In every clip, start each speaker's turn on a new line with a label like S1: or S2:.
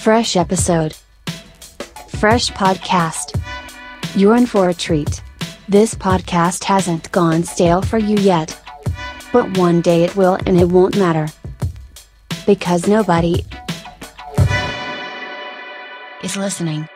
S1: Fresh episode. Fresh podcast. You're in for a treat. This podcast hasn't gone stale for you yet. But one day it will and it won't matter. Because nobody is listening.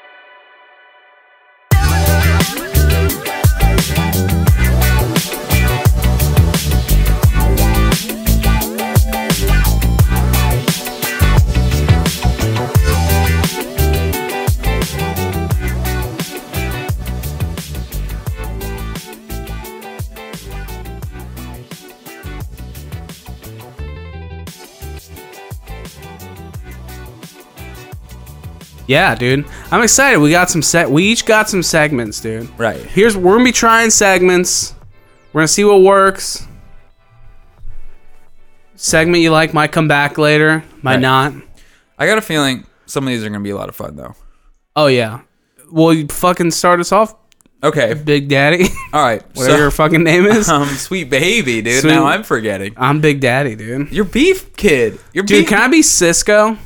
S2: Yeah, dude. I'm excited. We got some set. We each got some segments, dude.
S3: Right.
S2: Here's we're gonna be trying segments. We're gonna see what works. Segment you like might come back later, might
S3: Right.
S2: not.
S3: I got a feeling some of these are gonna be a lot of fun though.
S2: Oh yeah. Well, you fucking start us off,
S3: Okay.
S2: Big Daddy.
S3: All right.
S2: Whatever your
S3: So,
S2: fucking name is.
S3: um, sweet baby, dude.
S2: Sweet-
S3: Now I'm forgetting.
S2: I'm Big Daddy, dude.
S3: You're beef kid. You're
S2: Dude,
S3: beef.
S2: can I be Cisco?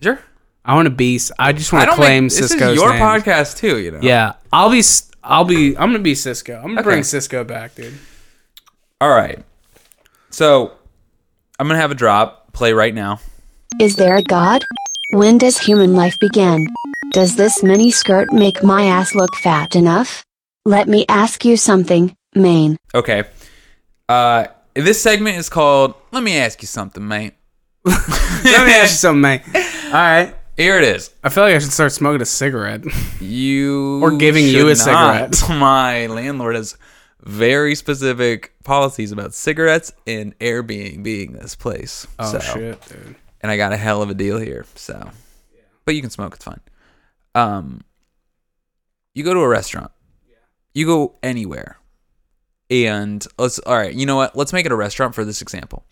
S3: sure.
S2: I want to be. I just
S3: I
S2: want to claim
S3: don't claim think,
S2: Cisco's
S3: This is your
S2: name.
S3: podcast too. You know.
S2: Yeah, I'll be. s- I'll be. I'm gonna be Cisco. I'm gonna
S3: Okay.
S2: bring Cisco back, dude.
S3: All right. So I'm gonna have a drop play right now.
S1: Is there a God? When does human life begin? Does this mini skirt make my ass look fat enough? Let me ask you something, Maine.
S3: Okay. Uh, this segment is called "Let me ask you something, mate."
S2: Let me ask you something, mate. All right.
S3: Here it is.
S2: I feel like I should start smoking a cigarette.
S3: You
S2: Or giving you
S3: should
S2: a
S3: not.
S2: cigarette.
S3: My landlord has very specific policies about cigarettes and Airbnb being this place.
S2: Oh
S3: so,
S2: shit, dude.
S3: And I got a hell of a deal here. So, but you can smoke. It's fine. Um, you go to a restaurant. You go anywhere, and let's. All right. You know what? Let's make it a restaurant for this example.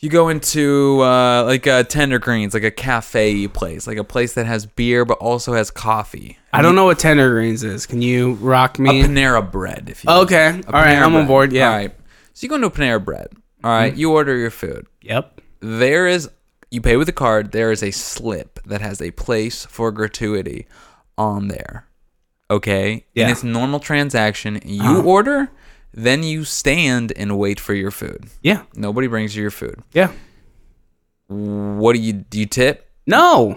S3: You go into uh, like a Tender Greens, like a cafe place, like a place that has beer but also has coffee.
S2: I don't know what tender greens is. Can you rock
S3: A
S2: me?
S3: Panera Bread. If you will.
S2: Okay.
S3: A
S2: All right,
S3: Panera
S2: I'm on
S3: Bread.
S2: board, yeah. Mm-hmm.
S3: All right. So you go into a Panera Bread. All right, You order your food.
S2: yep.
S3: There is you pay with a card. There is a slip that has a place for gratuity on there. Okay.
S2: Yeah. Uh-huh.
S3: And it's normal transaction. You order, then you stand and wait for your food.
S2: Yeah.
S3: Nobody brings you your food.
S2: Yeah.
S3: What do you do? You tip?
S2: No,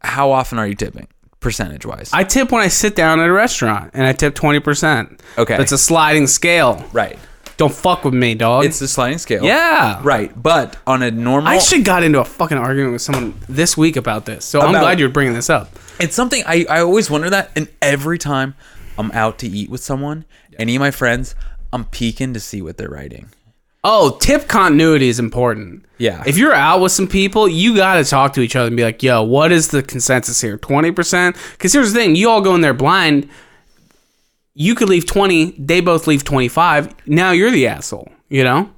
S3: How often are you tipping? Percentage wise.
S2: I tip when I sit down at a restaurant, and I tip twenty percent.
S3: Okay.
S2: That's a sliding scale.
S3: right.
S2: Don't fuck with me, dog.
S3: It's a sliding scale.
S2: yeah.
S3: Right. But on a normal
S2: I should got into a fucking argument with someone this week about this. So I'm
S3: About-
S2: glad you're bringing this up.
S3: It's something I, I always wonder that, and every time I'm out to eat with someone, any of my friends, I'm peeking to see what they're writing.
S2: Oh, tip continuity is important.
S3: Yeah.
S2: If you're out with some people, you got to talk to each other and be like, yo, what is the consensus here? 20%? Because here's the thing you all go in there blind. You could leave 20, they both leave 25. Now you're the asshole, you know?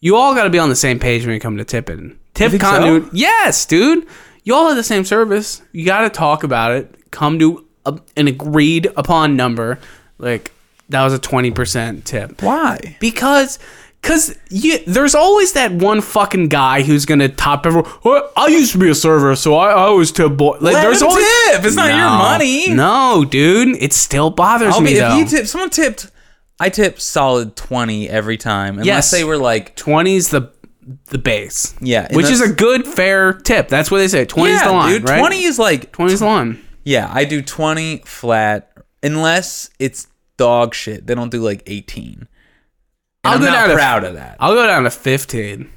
S2: You all got to be on the same page when you come to tipping. Tip
S3: think so?
S2: continuity. Yes, dude. You all have the same service. You got to talk about it. Come to a, an agreed upon number. Like, that was a 20% tip
S3: Why?
S2: because because you, there's always that one fucking guy who's gonna top everyone. "Oh, I used to be a server, so I, I always tip. Boy. Like,
S3: Let
S2: there's
S3: him
S2: always
S3: tip. It's not your money.
S2: No, dude, it still bothers
S3: I'll
S2: me
S3: be, if
S2: though.
S3: you tip, someone tipped, I tip solid 20 every time. Unless
S2: Yes.
S3: they were like,
S2: 20's the the base.
S3: Yeah, and
S2: which is
S3: that's-
S2: a good fair tip. That's what they say. 20 is
S3: yeah,
S2: the line,
S3: dude,
S2: right?
S3: 20 is like,
S2: 20 is the line.
S3: yeah, I do 20 flat, unless it's dog shit. They don't do like 18. And
S2: I'll
S3: I'm
S2: go down
S3: not
S2: to-
S3: proud of that.
S2: I'll go down to 15.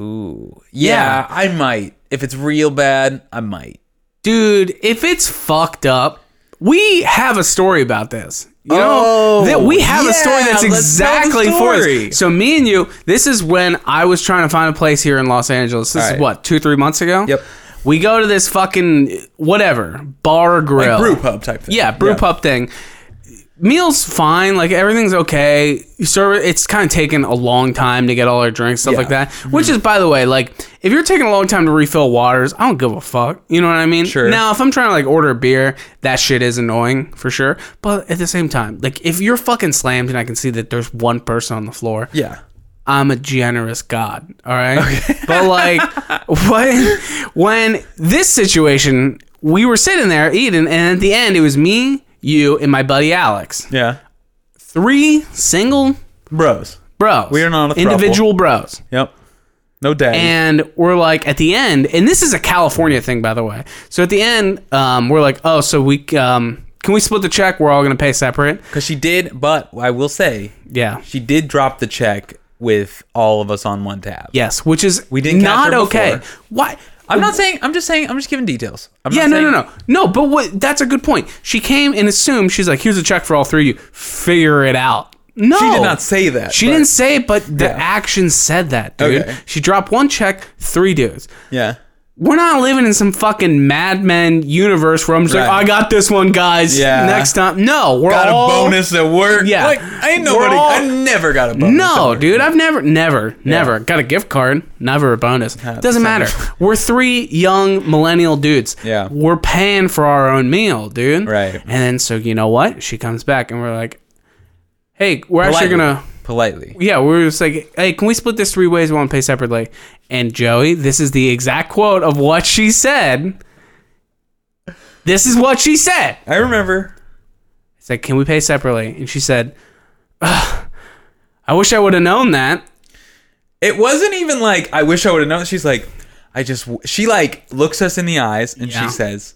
S3: Ooh. Yeah, I might. If it's real bad, I might.
S2: dude if it's fucked up we have a story about this you know
S3: Oh,
S2: that we have a story
S3: yeah,
S2: that's
S3: let's tell the
S2: exactly for
S3: story.
S2: us so me and you this is when i was trying to find a place here in los angeles this
S3: All
S2: is
S3: right.
S2: what two three months ago
S3: Yep.
S2: we go to this fucking whatever bar or grill
S3: brew pub type thing.
S2: yeah brew pub thing meals fine like everything's okay Server, it's kind of taken a long time to get all our drinks stuff
S3: Yeah.
S2: like that which is by the way like if you're taking a long time to refill waters i don't give a fuck you know what i mean
S3: Sure.
S2: now if i'm trying to like order a beer that shit is annoying for sure but at the same time like if you're fucking slammed and i can see that there's one person on the floor
S3: Yeah.
S2: I'm a generous God. All right. But like when when this situation, we were sitting there eating, and at the end it was me, you, and my buddy Alex.
S4: Yeah.
S2: Three single
S4: Bros.
S2: bros.
S4: We are not a
S2: individual bros.
S4: Yep. No daddy.
S2: And we're like, at the end, and this is a California thing, by the way. So at the end, um, we're like, oh, so we um, can we split the check? We're all gonna pay separate.
S3: Because she did, but I will say,
S2: Yeah.
S3: she did drop the check with all of us on one tab.
S2: Yes, which is
S3: We didn't
S2: not
S3: catch her
S2: okay.
S3: before.
S2: Why?
S3: I'm not saying. I'm just saying. I'm just giving details. I'm
S2: yeah,
S3: not
S2: no, no,
S3: saying-
S2: no, no. But what? That's a good point. She came and assumed she's like, here's a check for all three of you. Figure it out. No,
S3: She did not say that.
S2: She
S3: but-
S2: didn't say it, but the
S3: Yeah.
S2: action said that, dude.
S3: Okay.
S2: She dropped one check, three dudes.
S3: Yeah.
S2: we're not living in some fucking Mad Men universe where I'm just
S3: Right.
S2: like, I got this one, guys.
S3: Yeah.
S2: Next time, no, we're
S3: Got
S2: all
S3: a bonus at work.
S2: Yeah.
S3: Like, I ain't
S2: We're
S3: nobody.
S2: all-
S3: I never got a bonus. at
S2: No,
S3: work.
S2: dude, I've never, never, never got a gift card, never a bonus. Doesn't
S3: same.
S2: matter. We're three young millennial dudes.
S3: Yeah.
S2: we're paying for our own meal, dude.
S3: Right.
S2: And then so you know what? She comes back and we're like, Hey, we're
S3: Politely.
S2: actually gonna.
S3: politely.
S2: Yeah, we were just like, hey, can we split this three ways? We want to pay separately. And Joey, this is the exact quote of what she said. This is what she said.
S3: I remember.
S2: It's like, can we pay separately? And she said, "Ugh, I wish I would have known that.
S3: It wasn't even like I wish I would have known. She's like, I just. w-" She like looks us in the eyes and
S2: Yeah.
S3: she says,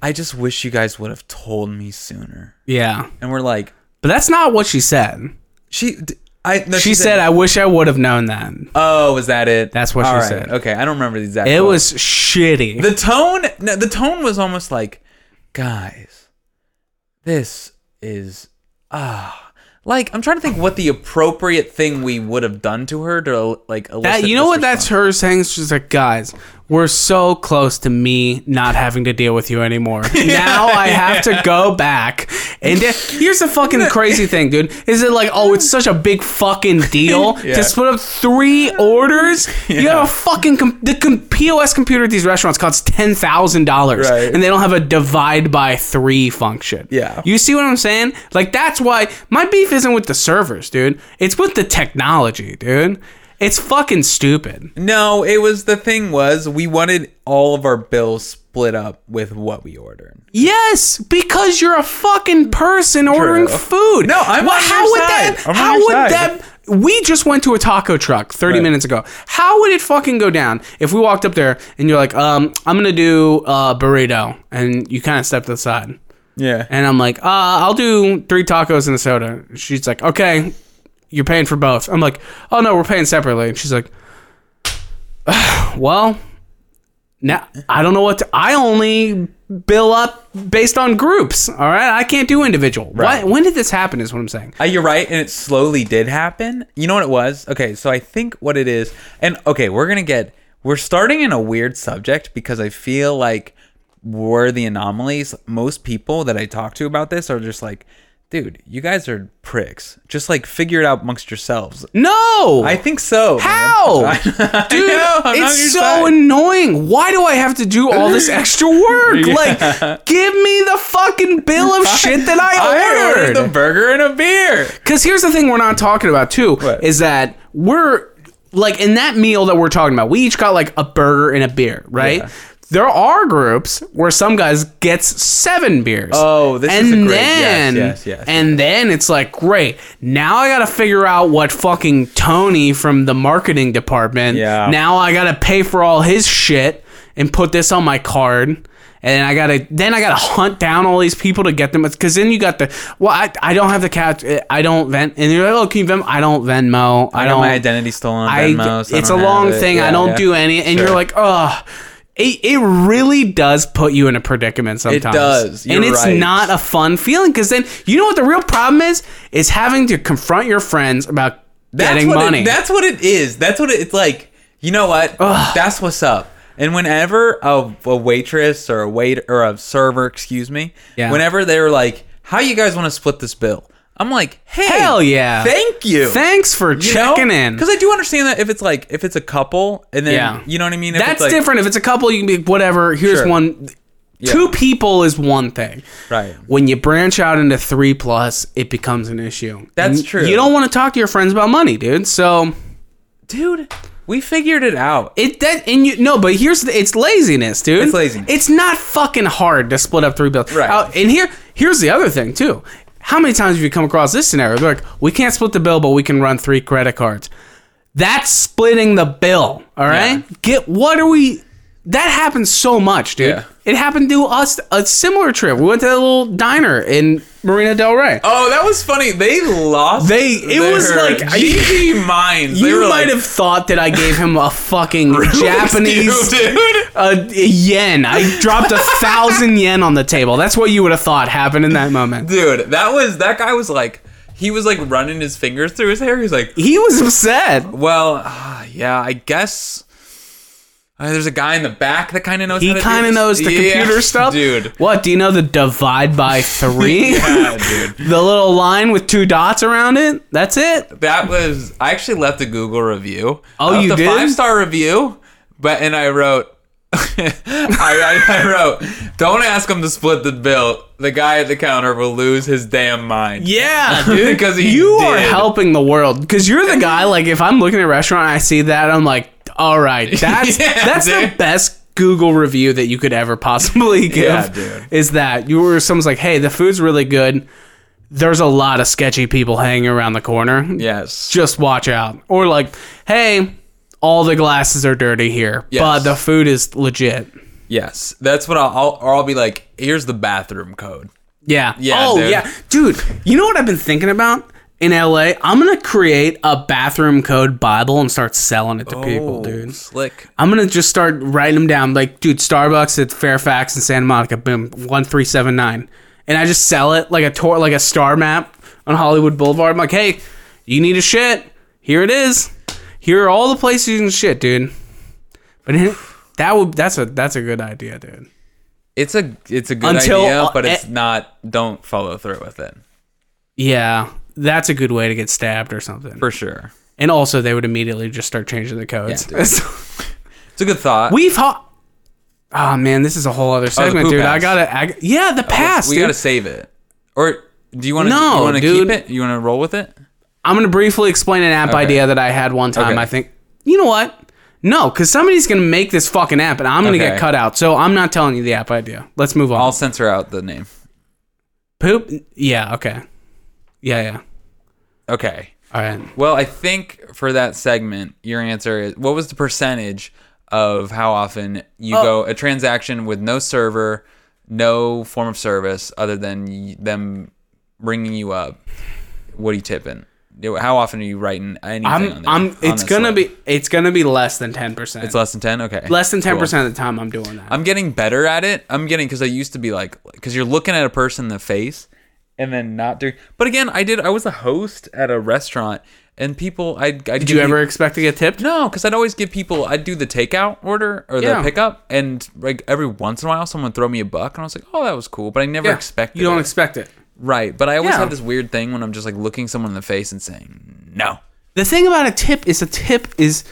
S3: "I just wish you guys would have told me sooner."
S2: Yeah.
S3: And we're like,
S2: But that's not what she said.
S3: she. d- I. No,
S2: She, said, I wish I would have known that.
S3: Oh, was that it?
S2: That's what she
S3: Alright,
S2: said.
S3: Okay, I don't remember the exact.
S2: It
S3: quote.
S2: was shitty.
S3: the tone. No, the tone was almost like, guys, this is ah. Like I'm trying to think what the appropriate thing we would have done to her to like elicit
S2: that, you know
S3: this
S2: what that's
S3: response.
S2: her saying? She's like, guys, we're so close to me not having to deal with you anymore. now I have to go back. And then- here's the fucking crazy thing, dude. Is it like, oh, it's such a big fucking deal
S3: Yeah.
S2: to split up three orders? You have a fucking com- the com- POS computer at these restaurants costs ten thousand dollars,
S3: Right.
S2: and they don't have a divide by three function.
S3: Yeah.
S2: you see what I'm saying? Like that's why my beef isn't with the servers, dude. It's with the technology, dude. It's fucking stupid.
S3: No, it was the thing was we wanted all of our bills split up with what we ordered.
S2: Yes, because you're a fucking person ordering food.
S3: No, I'm on
S2: how
S3: your
S2: would
S3: side.
S2: that?
S4: I'm on
S2: how
S4: your
S2: would
S4: side.
S2: that? We just went to a taco truck 30
S4: Right.
S2: minutes ago. How would it fucking go down if we walked up there and you're like, um, I'm gonna do uh, burrito, and you kind of stepped aside,
S4: yeah.
S2: and I'm like, uh, I'll do three tacos and a soda. She's like, okay, you're paying for both. I'm like, oh no, we're paying separately. And she's like, well, now I don't know what to, I only bill up based on groups. All right, I can't do individual.
S3: Right.
S2: Why, when did this happen? Is what I'm saying.
S3: Uh, you're right, and it slowly did happen. You know what it was? Okay, so I think what it is, and okay, we're gonna get we're starting in a weird subject because I feel like we're the anomalies. Most people that I talk to about this are just like, dude, you guys are pricks. Just like figure it out amongst yourselves.
S2: No,
S3: I think so. man.
S2: how,
S3: I-
S2: dude?
S3: know, I'm on your
S2: it's so
S3: side.
S2: annoying. Why do I have to do all this extra work? Like, give me the fucking bill of shit that
S3: I
S2: I
S3: ordered
S2: ordered.
S3: the burger and a beer.
S2: Because here's the thing we're not talking about too is
S3: What?
S2: that we're like in that meal that we're talking about, we each got like a burger and a beer, right?
S3: Yeah.
S2: There are groups where some guys gets seven beers.
S3: Oh, this is a great- yes,
S2: then
S3: yes, yes,
S2: and then it's like great. Now I gotta figure out what fucking Tony from the marketing department.
S3: Yeah.
S2: Now I gotta pay for all his shit and put this on my card. And I gotta then I gotta hunt down all these people to get them because then you got the well I, I don't have the cash I don't vent and you're like oh can you Venmo I don't Venmo I,
S3: I,
S2: don't
S3: got my identity stolen. on
S2: I
S3: Venmo, so I
S2: it's a
S3: don't have
S2: long
S3: it.
S2: thing I
S3: Yeah,
S2: don't
S3: yeah.
S2: do any and you're
S3: Sure.
S2: like oh it, it really does put you in a predicament sometimes
S3: does. You're
S2: and it's
S3: right.
S2: not a fun feeling because then you know what the real problem is is having to confront your friends about
S3: That's
S2: getting
S3: what it-
S2: money
S3: that's what it is. That's what it, it's like. You know what? That's what's up. And whenever a, a waitress or a waiter or a server, excuse me,
S2: Yeah.
S3: whenever they're like, "How you guys want to split this bill?" I'm like, "Hey,
S2: Hell yeah.
S3: thank you,
S2: thanks for checking in
S3: Because I do understand that if it's like if it's a couple, and then
S2: Yeah.
S3: you know what I mean. If
S2: That's
S3: it's like-
S2: different. If it's a couple, you can be whatever. Here's
S3: Sure.
S2: one. Two people is one thing.
S3: Right.
S2: When you branch out into three plus, it becomes an issue.
S3: That's
S2: And
S3: true.
S2: You don't want to talk to your friends about money, dude. So dude.
S3: We figured it out.
S2: It that and you no, but here's the, it's laziness, dude.
S3: It's laziness.
S2: It's not fucking hard to split up three bills.
S3: Right.
S2: Uh, and here here's the other thing too. How many times have you come across this scenario? They're like, we can't split the bill, but we can run three credit cards. That's splitting the bill. All right. Get what are we? That happens so much, dude.
S3: Yeah.
S2: It happened to us a similar trip. We went to that little diner in Marina Del Rey.
S3: Oh, that was funny. They lost.
S2: They- it was like- I-
S3: GG minds. They
S2: you
S3: were
S2: might
S3: like,
S2: have thought that I gave him a fucking Japanese
S3: dude.
S2: a, a yen. I dropped a thousand yen on the table. That's what you would have thought happened in that moment.
S3: Dude, that was that guy was like he was like running his fingers through his hair. He's like,
S2: He was upset.
S3: well, ah, yeah, I guess. uh, there's a guy in the back that kind of knows.
S2: He
S3: how to do
S2: kind of
S3: this."
S2: knows the
S3: Yeah,
S2: computer stuff.
S3: dude.
S2: What? Do you know the divide by three?
S3: Yeah, dude.
S2: The little line with two dots around it? That's it?
S3: That was. I actually left a Google review.
S2: Oh,
S3: Left
S2: you
S3: a
S2: did?
S3: Five star review, but and I wrote. I, I, I wrote, don't ask him to split the bill. The guy at the counter will lose his damn mind.
S2: Yeah,
S3: dude. 'Cause he
S2: you are
S3: did.
S2: helping the world. Because you're the guy, like, if I'm looking at a restaurant and I see that, I'm like, all right, that's,
S3: Yeah,
S2: that's the
S3: dude.
S2: best Google review that you could ever possibly give.
S3: Yeah, dude.
S2: Is that you were someone's like, hey, the food's really good. There's a lot of sketchy people hanging around the corner.
S3: Yes.
S2: Just watch out. Or like, hey, all the glasses are dirty here,
S3: Yes.
S2: but the food is legit.
S3: Yes, that's what I'll, I'll or I'll be like. Here's the bathroom code.
S2: Yeah.
S3: Yeah,
S2: Oh
S3: dude.
S2: yeah, dude. You know what I've been thinking about in LA? I'm gonna create a bathroom code Bible and start selling it to
S3: Oh.
S2: people, dude.
S3: slick.
S2: I'm gonna just start writing them down. Like, dude, Starbucks at Fairfax and Santa Monica, boom, one three seven nine, and I just sell it like a tour, like a star map on Hollywood Boulevard. I'm like, hey, you need a shit? Here it is. Here are all the places you can shit, dude. But that would that's a that's a good idea, dude.
S3: It's a it's a good
S2: Until- e-
S3: idea, but it's not. Don't follow through with it
S2: Yeah, that's a good way to get stabbed or something.
S3: for sure.
S2: And also, they would immediately just start changing the codes.
S3: Yeah, It's a good thought.
S2: We've ha- Oh man, this is a whole other segment,
S3: poop
S2: dude. I
S3: pass.
S2: gotta, I, yeah, the pass.
S3: we
S2: dude.
S3: gotta save it. Or do you want to?
S2: No,
S3: you want to
S2: dude.
S3: keep it? You want to roll with it?
S2: I'm gonna briefly explain an app idea that I had one time.
S3: Okay.
S2: I think you know what? No, because somebody's gonna make this fucking app, and I'm gonna get
S3: Okay.
S2: cut out. So I'm not telling you the app idea. Let's move on.
S3: I'll censor out the name.
S2: Poop. Yeah. Okay. Yeah. Yeah.
S3: Okay.
S2: All right.
S3: Well, I think for that segment, your answer is what was the percentage of how often you go a transaction with no server, no form of service other than y- them ringing you up? What are you tipping? You know, How often are you writing anything? on
S2: I'm.
S3: there,
S2: I'm.
S3: on
S2: It's
S3: this
S2: gonna
S3: list?
S2: be. It's gonna be less than ten percent.
S3: It's less than ten. Okay.
S2: less than ten
S3: Cool. Uh,
S2: percent of the time I'm doing that.
S3: I'm getting better at it. I'm getting because I used to be like because you're looking at a person in the face and then not doing. But again, I did. I was a host at a restaurant and people. I
S2: Did you ever expect to get tipped?
S3: No, because I'd always give people. I'd do the takeout order or
S2: Yeah.
S3: the pickup, and like every once in a while, someone would throw me a buck, and I was like, "Oh, that was cool," but I never
S2: Yeah.
S3: expected.
S2: You don't
S3: it.
S2: expect it.
S3: right? But I always
S2: Yeah.
S3: have this weird thing when I'm just like looking someone in the face and saying no.
S2: The thing about a tip is a tip is,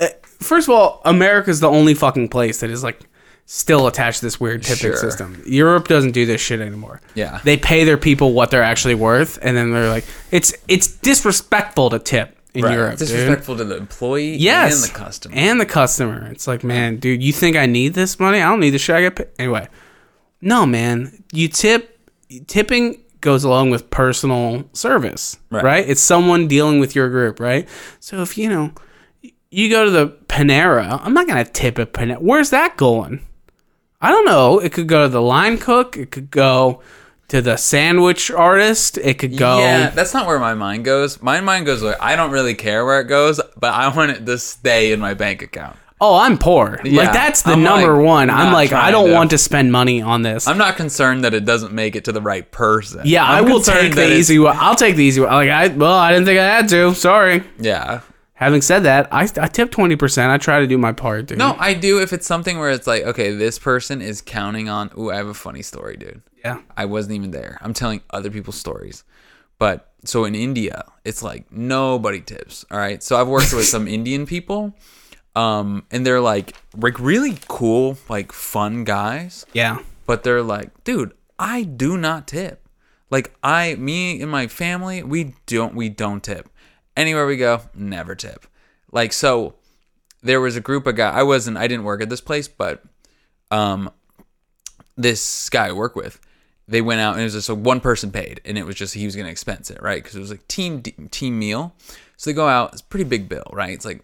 S2: uh, first of all, America's the only fucking place that is like still attached to this weird tipping
S3: Sure.
S2: system. Europe doesn't do this shit anymore.
S3: Yeah.
S2: they pay their people what they're actually worth, and then they're like, it's it's disrespectful to tip in Europe. Dude.
S3: disrespectful to the employee
S2: Yes,
S3: and the customer.
S2: and the customer. It's like, man, dude, you think I need this money? I don't need the shit I get paid. Anyway, no, man, you tip. Tipping goes along with personal service, right.
S3: Right.
S2: It's someone dealing with your group, right? So if you know, you go to the Panera. I'm not gonna tip at Panera. Where's that going? I don't know. It could go to the line cook. It could go to the sandwich artist. It could go.
S3: Yeah, that's not where my mind goes. My mind goes where I don't really care where it goes, but I want it to stay in my bank account.
S2: oh, I'm poor.
S3: Yeah,
S2: like that's the
S3: I'm, like,
S2: number one. I'm
S3: not
S2: like, I
S3: trying
S2: don't
S3: to-
S2: want to spend money on this.
S3: I'm not concerned that it doesn't make it to the right person.
S2: yeah, i
S3: I'm
S2: will
S3: concerned
S2: take the
S3: that it's-
S2: easy one. I'll take the easy one. Like I, well, I didn't think I had to. Sorry.
S3: Yeah.
S2: Having said that, I, I tip twenty percent. I try to do my part, dude.
S3: No, I do if it's something where it's like, okay, this person is counting on. Ooh, I have a funny story, dude.
S2: Yeah.
S3: I wasn't even there. I'm telling other people's stories. But so in India, it's like nobody tips. All right. So I've worked with some Indian people, um, and they're like, like really cool, like fun guys.
S2: Yeah.
S3: but they're like, dude, I do not tip. Like I, me and my family, we don't we don't tip. Anywhere we go, never tip.
S5: Like so there was a group of guys I wasn't I didn't work at this place, but um this guy I work with, they went out and it was just a one person paid and it was just he was going to expense it, right? Cuz it was like team team meal. So they go out, it's a pretty big bill, right? It's like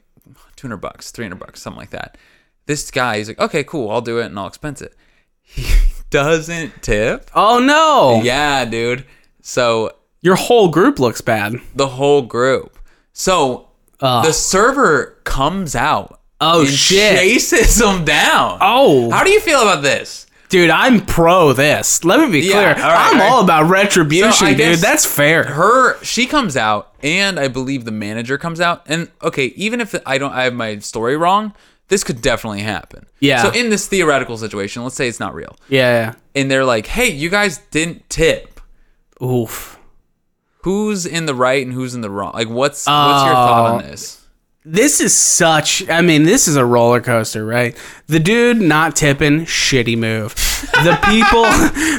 S5: 200 bucks, 300 bucks, something like that. This guy, he's like, "Okay, cool, I'll do it and I'll expense it." He doesn't tip.
S2: Oh no!
S5: Yeah, dude. So
S2: Your whole group looks bad.
S5: the whole group. So the server comes out.
S2: Oh,
S5: and
S2: shit.
S5: Chases them down.
S2: Oh.
S5: how do you feel about this?
S2: Dude, I'm pro this. Let me be
S5: Yeah,
S2: clear.
S5: all right,
S2: I'm
S5: all right.
S2: all about retribution,
S5: So, I
S2: dude.
S5: guess-
S2: That's fair.
S5: Her, she comes out, and I believe the manager comes out. And okay, even if I don't, I have my story wrong. This could definitely happen.
S2: Yeah.
S5: So in this theoretical situation, let's say it's not real,
S2: Yeah.
S5: and they're like, "Hey, you guys didn't tip.
S2: yeah. Oof.
S5: Who's in the right and who's in the wrong? Like, what's what's your thought
S2: Uh,
S5: on this?
S2: This is such. I mean, this is a roller coaster, right? The dude not tipping, shitty move. The people,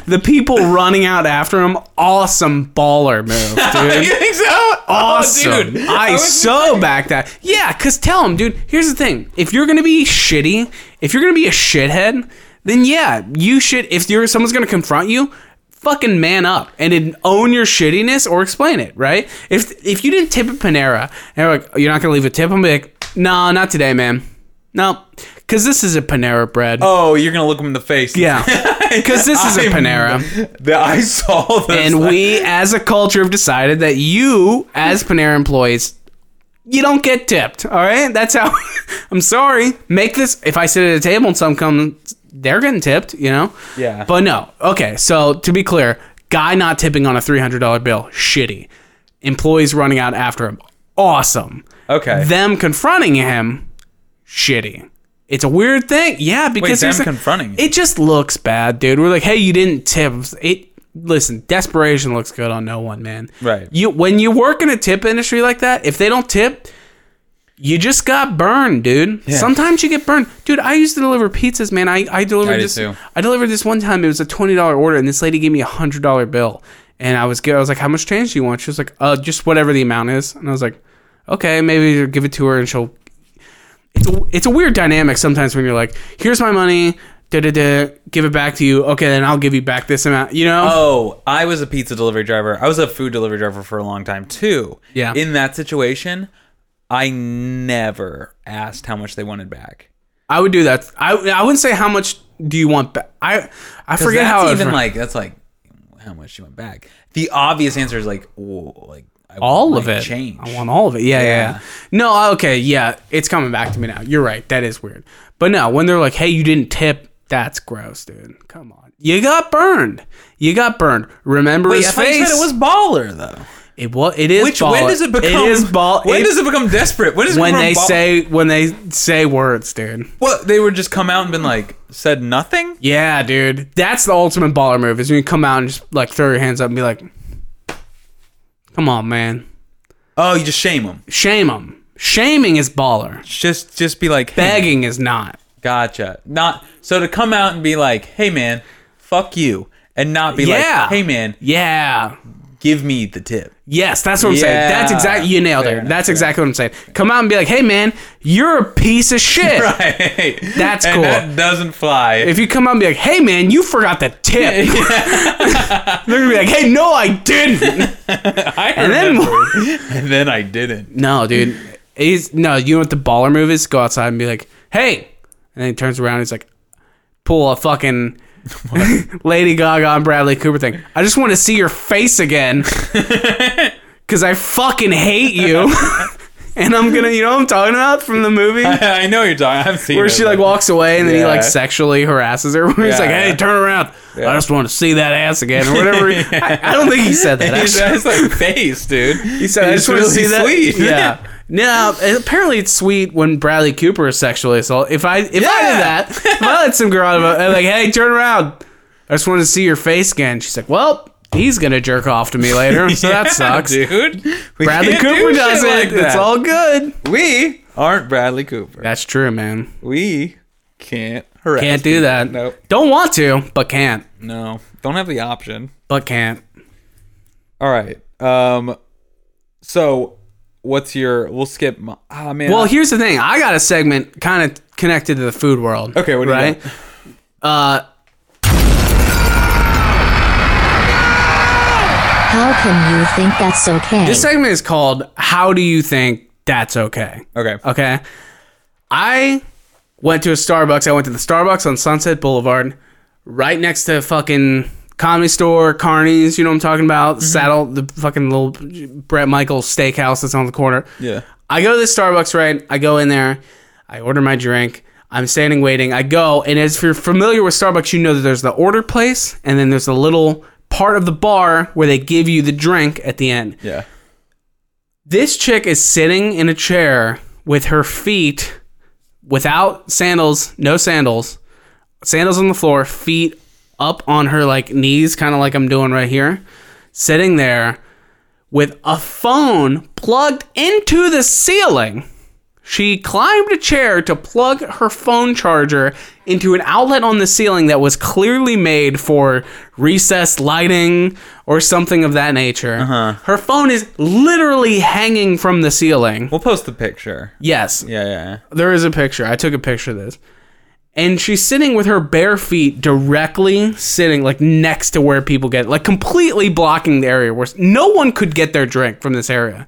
S2: the people running out after him, awesome baller move, dude.
S5: think so?
S3: Oh,
S2: awesome. I, so back that. Yeah, cause tell him, dude. Here's the thing: if you're gonna be shitty, if you're gonna be a shithead, then yeah, you should. If you're someone's gonna confront you, fucking man up and then own your shittiness or explain it. Right? If if you didn't tip at Panera and they're like, you're not gonna leave a tip, I'm like, nah, not today, man. No, cause this is a Panera bread.
S3: Oh, you're gonna look him in the face.
S2: Yeah, cause this is a
S3: I'm-
S2: Panera.
S3: That I saw this.
S2: and
S3: like-
S2: we as a culture have decided that you as panera employees you don't get tipped all right that's how i'm sorry make this if i sit at a table and some come they're getting tipped you know
S3: Yeah.
S2: but no okay so to be clear guy not tipping on a $300 bill shitty employees running out after him awesome
S3: Okay.
S2: them confronting him shitty it's a weird thing yeah because
S3: them
S2: there's a-
S3: confronting you.
S2: it just looks bad dude we're like hey you didn't tip it listen desperation looks good on no one man
S3: Right.
S2: you when you work in a tip industry like that if they don't tip you just got burned, dude. Sometimes you get burned, dude. I used to deliver pizzas, man. I I delivered
S5: I did
S2: this.
S5: too.
S2: I delivered this one time. It was a twenty dollar order, and this lady gave me a hundred dollar bill, and I was good. I was like, "How much change do you want?" She was like, "Uh, just whatever the amount is," and I was like, "Okay, maybe give it to her, and she'll." It's a, it's a weird dynamic sometimes when you're like, "Here's my money." Da da da. Give it back to you. Okay, then I'll give you back this amount. You know.
S3: Oh, I was a pizza delivery driver. I was a food delivery driver for a long time too.
S2: Yeah.
S3: In that situation, I never asked how much they wanted back.
S2: I would do that. I I wouldn't say how much do you want back. I I
S3: 'Cause
S2: forget
S3: that's
S2: how it
S3: even
S2: was-
S3: like that's like how much you went back. The obvious answer is like oh, like I want
S2: all
S3: my
S2: of it.
S3: change.
S2: I want all of it. Yeah, yeah.
S3: Yeah.
S2: yeah. No, okay, yeah. It's coming back to me now. You're right. That is weird. But no, when they're like, "Hey, you didn't tip," that's gross, dude. Come on, you got burned. You got burned. Remember
S3: Wait,
S2: his
S3: I thought
S2: face.
S3: you said it was baller though.
S2: It wa- It is.
S3: Which
S2: ball.
S3: when does it become?
S2: It is ball.
S3: When
S2: it-
S3: does it become desperate? When does it
S2: when
S3: become
S2: they
S3: ball-
S2: say when they say words, dude.
S3: what they would just come out and been like said nothing?
S2: Yeah, dude. That's the ultimate baller move. Is when you come out and just like throw your hands up and be like, "Come on, man.
S3: Oh, you just shame them.
S2: Shame them. Shaming is baller.
S3: Just just be like hey,
S2: Begging is not."
S3: Gotcha. Not so to come out and be like, "Hey man, fuck you," and not be
S2: Yeah.
S3: like, "Hey man,
S2: Yeah.
S3: give me the tip."
S2: Yes, that's what I'm saying. That's
S3: Yeah.
S2: exactly you nailed
S3: Fair
S2: it.
S3: enough,
S2: that's exactly what I'm saying. Come out and be like, "Hey, man, you're a piece of shit."
S3: Right.
S2: That's
S3: and
S2: cool.
S3: That doesn't fly.
S2: If you come out and be like, "Hey, man, you forgot the tip," they're gonna be like, "Hey, no, I didn't."
S3: I
S2: And then,
S3: and then I didn't.
S2: no, dude, he's no. You know what the baller move is? Go outside and be like, "Hey," and then he turns around. And he's like, "Pull a fucking." Lady Gaga and Bradley Cooper thing. I just want to see your face again. Cause I fucking hate you. and I'm gonna you know what I'm talking about from the movie?
S3: I know you're talking. I've seen
S2: Where
S3: it,
S2: she
S3: but-
S2: like walks away and then he like
S3: Yeah.
S2: sexually harasses her. Where he's like,
S3: Yeah.
S2: "Hey, turn around! I just want to see that ass again," or whatever. I, I don't think he said that.
S3: He's-
S2: Actually.
S3: That's like face, dude. He
S2: He said, "I just want to see that."
S3: Sweet.
S2: Yeah. No, apparently it's sweet when Bradley Cooper is sexually assaulted. If I if I did
S3: Yeah.
S2: that, if I let some girl out of a, I'm like, "Hey, turn around! I just want to see your face again." She's like, "Well, he's gonna jerk off to me later, so that
S3: Yeah,
S2: sucks."
S3: dude. We
S2: Bradley
S3: can't do
S2: Cooper
S3: shit
S2: does it.
S3: like
S2: it's
S3: that.
S2: all good.
S3: We aren't Bradley Cooper.
S2: That's true, man.
S3: We can't harass.
S2: Can't do that.
S3: Nope.
S2: Don't want to, but can't.
S3: No, don't have the option.
S2: But can't.
S3: All right. Um, so what's your? We'll skip. my- Ah man.
S2: Well,
S3: I-
S2: here's the thing. I got a segment kind of connected to the food world.
S3: Okay, what do you
S2: Uh,
S6: How can you think that's okay?
S2: this segment is called "How Do You Think That's Okay?"
S3: okay.
S2: Okay. I went to a Starbucks. I went to the Starbucks on Sunset Boulevard, right next to fucking comedy store, Carney's, you know what I'm talking about? Saddle, the fucking little Brett Michaels steakhouse that's on the corner.
S3: Yeah.
S2: I go to this Starbucks, right? I go in there, I order my drink. I'm standing waiting. I go, and as if you're familiar with Starbucks, you know that there's the order place, and then there's a little part of the bar where they give you the drink at the end
S3: Yeah.
S2: this chick is sitting in a chair with her feet without sandals, no sandals, sandals on the floor, feet up on her like knees, kind of like I'm doing right here, sitting there with a phone plugged into the ceiling. She climbed a chair to plug her phone charger into an outlet on the ceiling that was clearly made for recessed lighting or something of that nature.
S3: Uh-huh.
S2: Her phone is literally hanging from the ceiling.
S3: We'll post the picture.
S2: Yes,
S3: Yeah, yeah.
S2: there is a picture. I took a picture of this. And she's sitting with her bare feet directly sitting like next to where people get, like completely blocking the area where s- no one could get their drink from this area.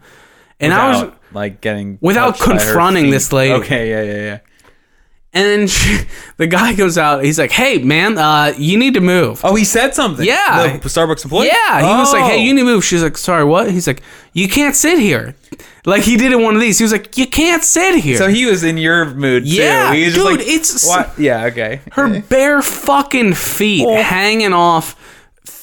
S2: And
S3: yeah.
S2: I was
S3: Without, like getting
S2: without
S3: touched by her
S2: confronting
S3: feet.
S2: this lady.
S3: Okay. Yeah. Yeah. Yeah.
S2: And then she, the guy goes out. He's like, "Hey, man, uh, you need to move."
S3: Oh, he said something.
S2: Yeah.
S3: The Starbucks employee.
S2: Yeah, he was like,
S3: Oh.
S2: "Hey, you need to move." She's like, "Sorry, what?" He's like, "You can't sit here." Like he did in one of these. He was like, "You can't sit here."
S3: Oh. So he was in your mood too.
S2: Yeah,
S3: he was
S2: dude,
S3: just like,
S2: it's-
S3: what? Yeah, okay. Oh.
S2: her bare fucking feet hanging off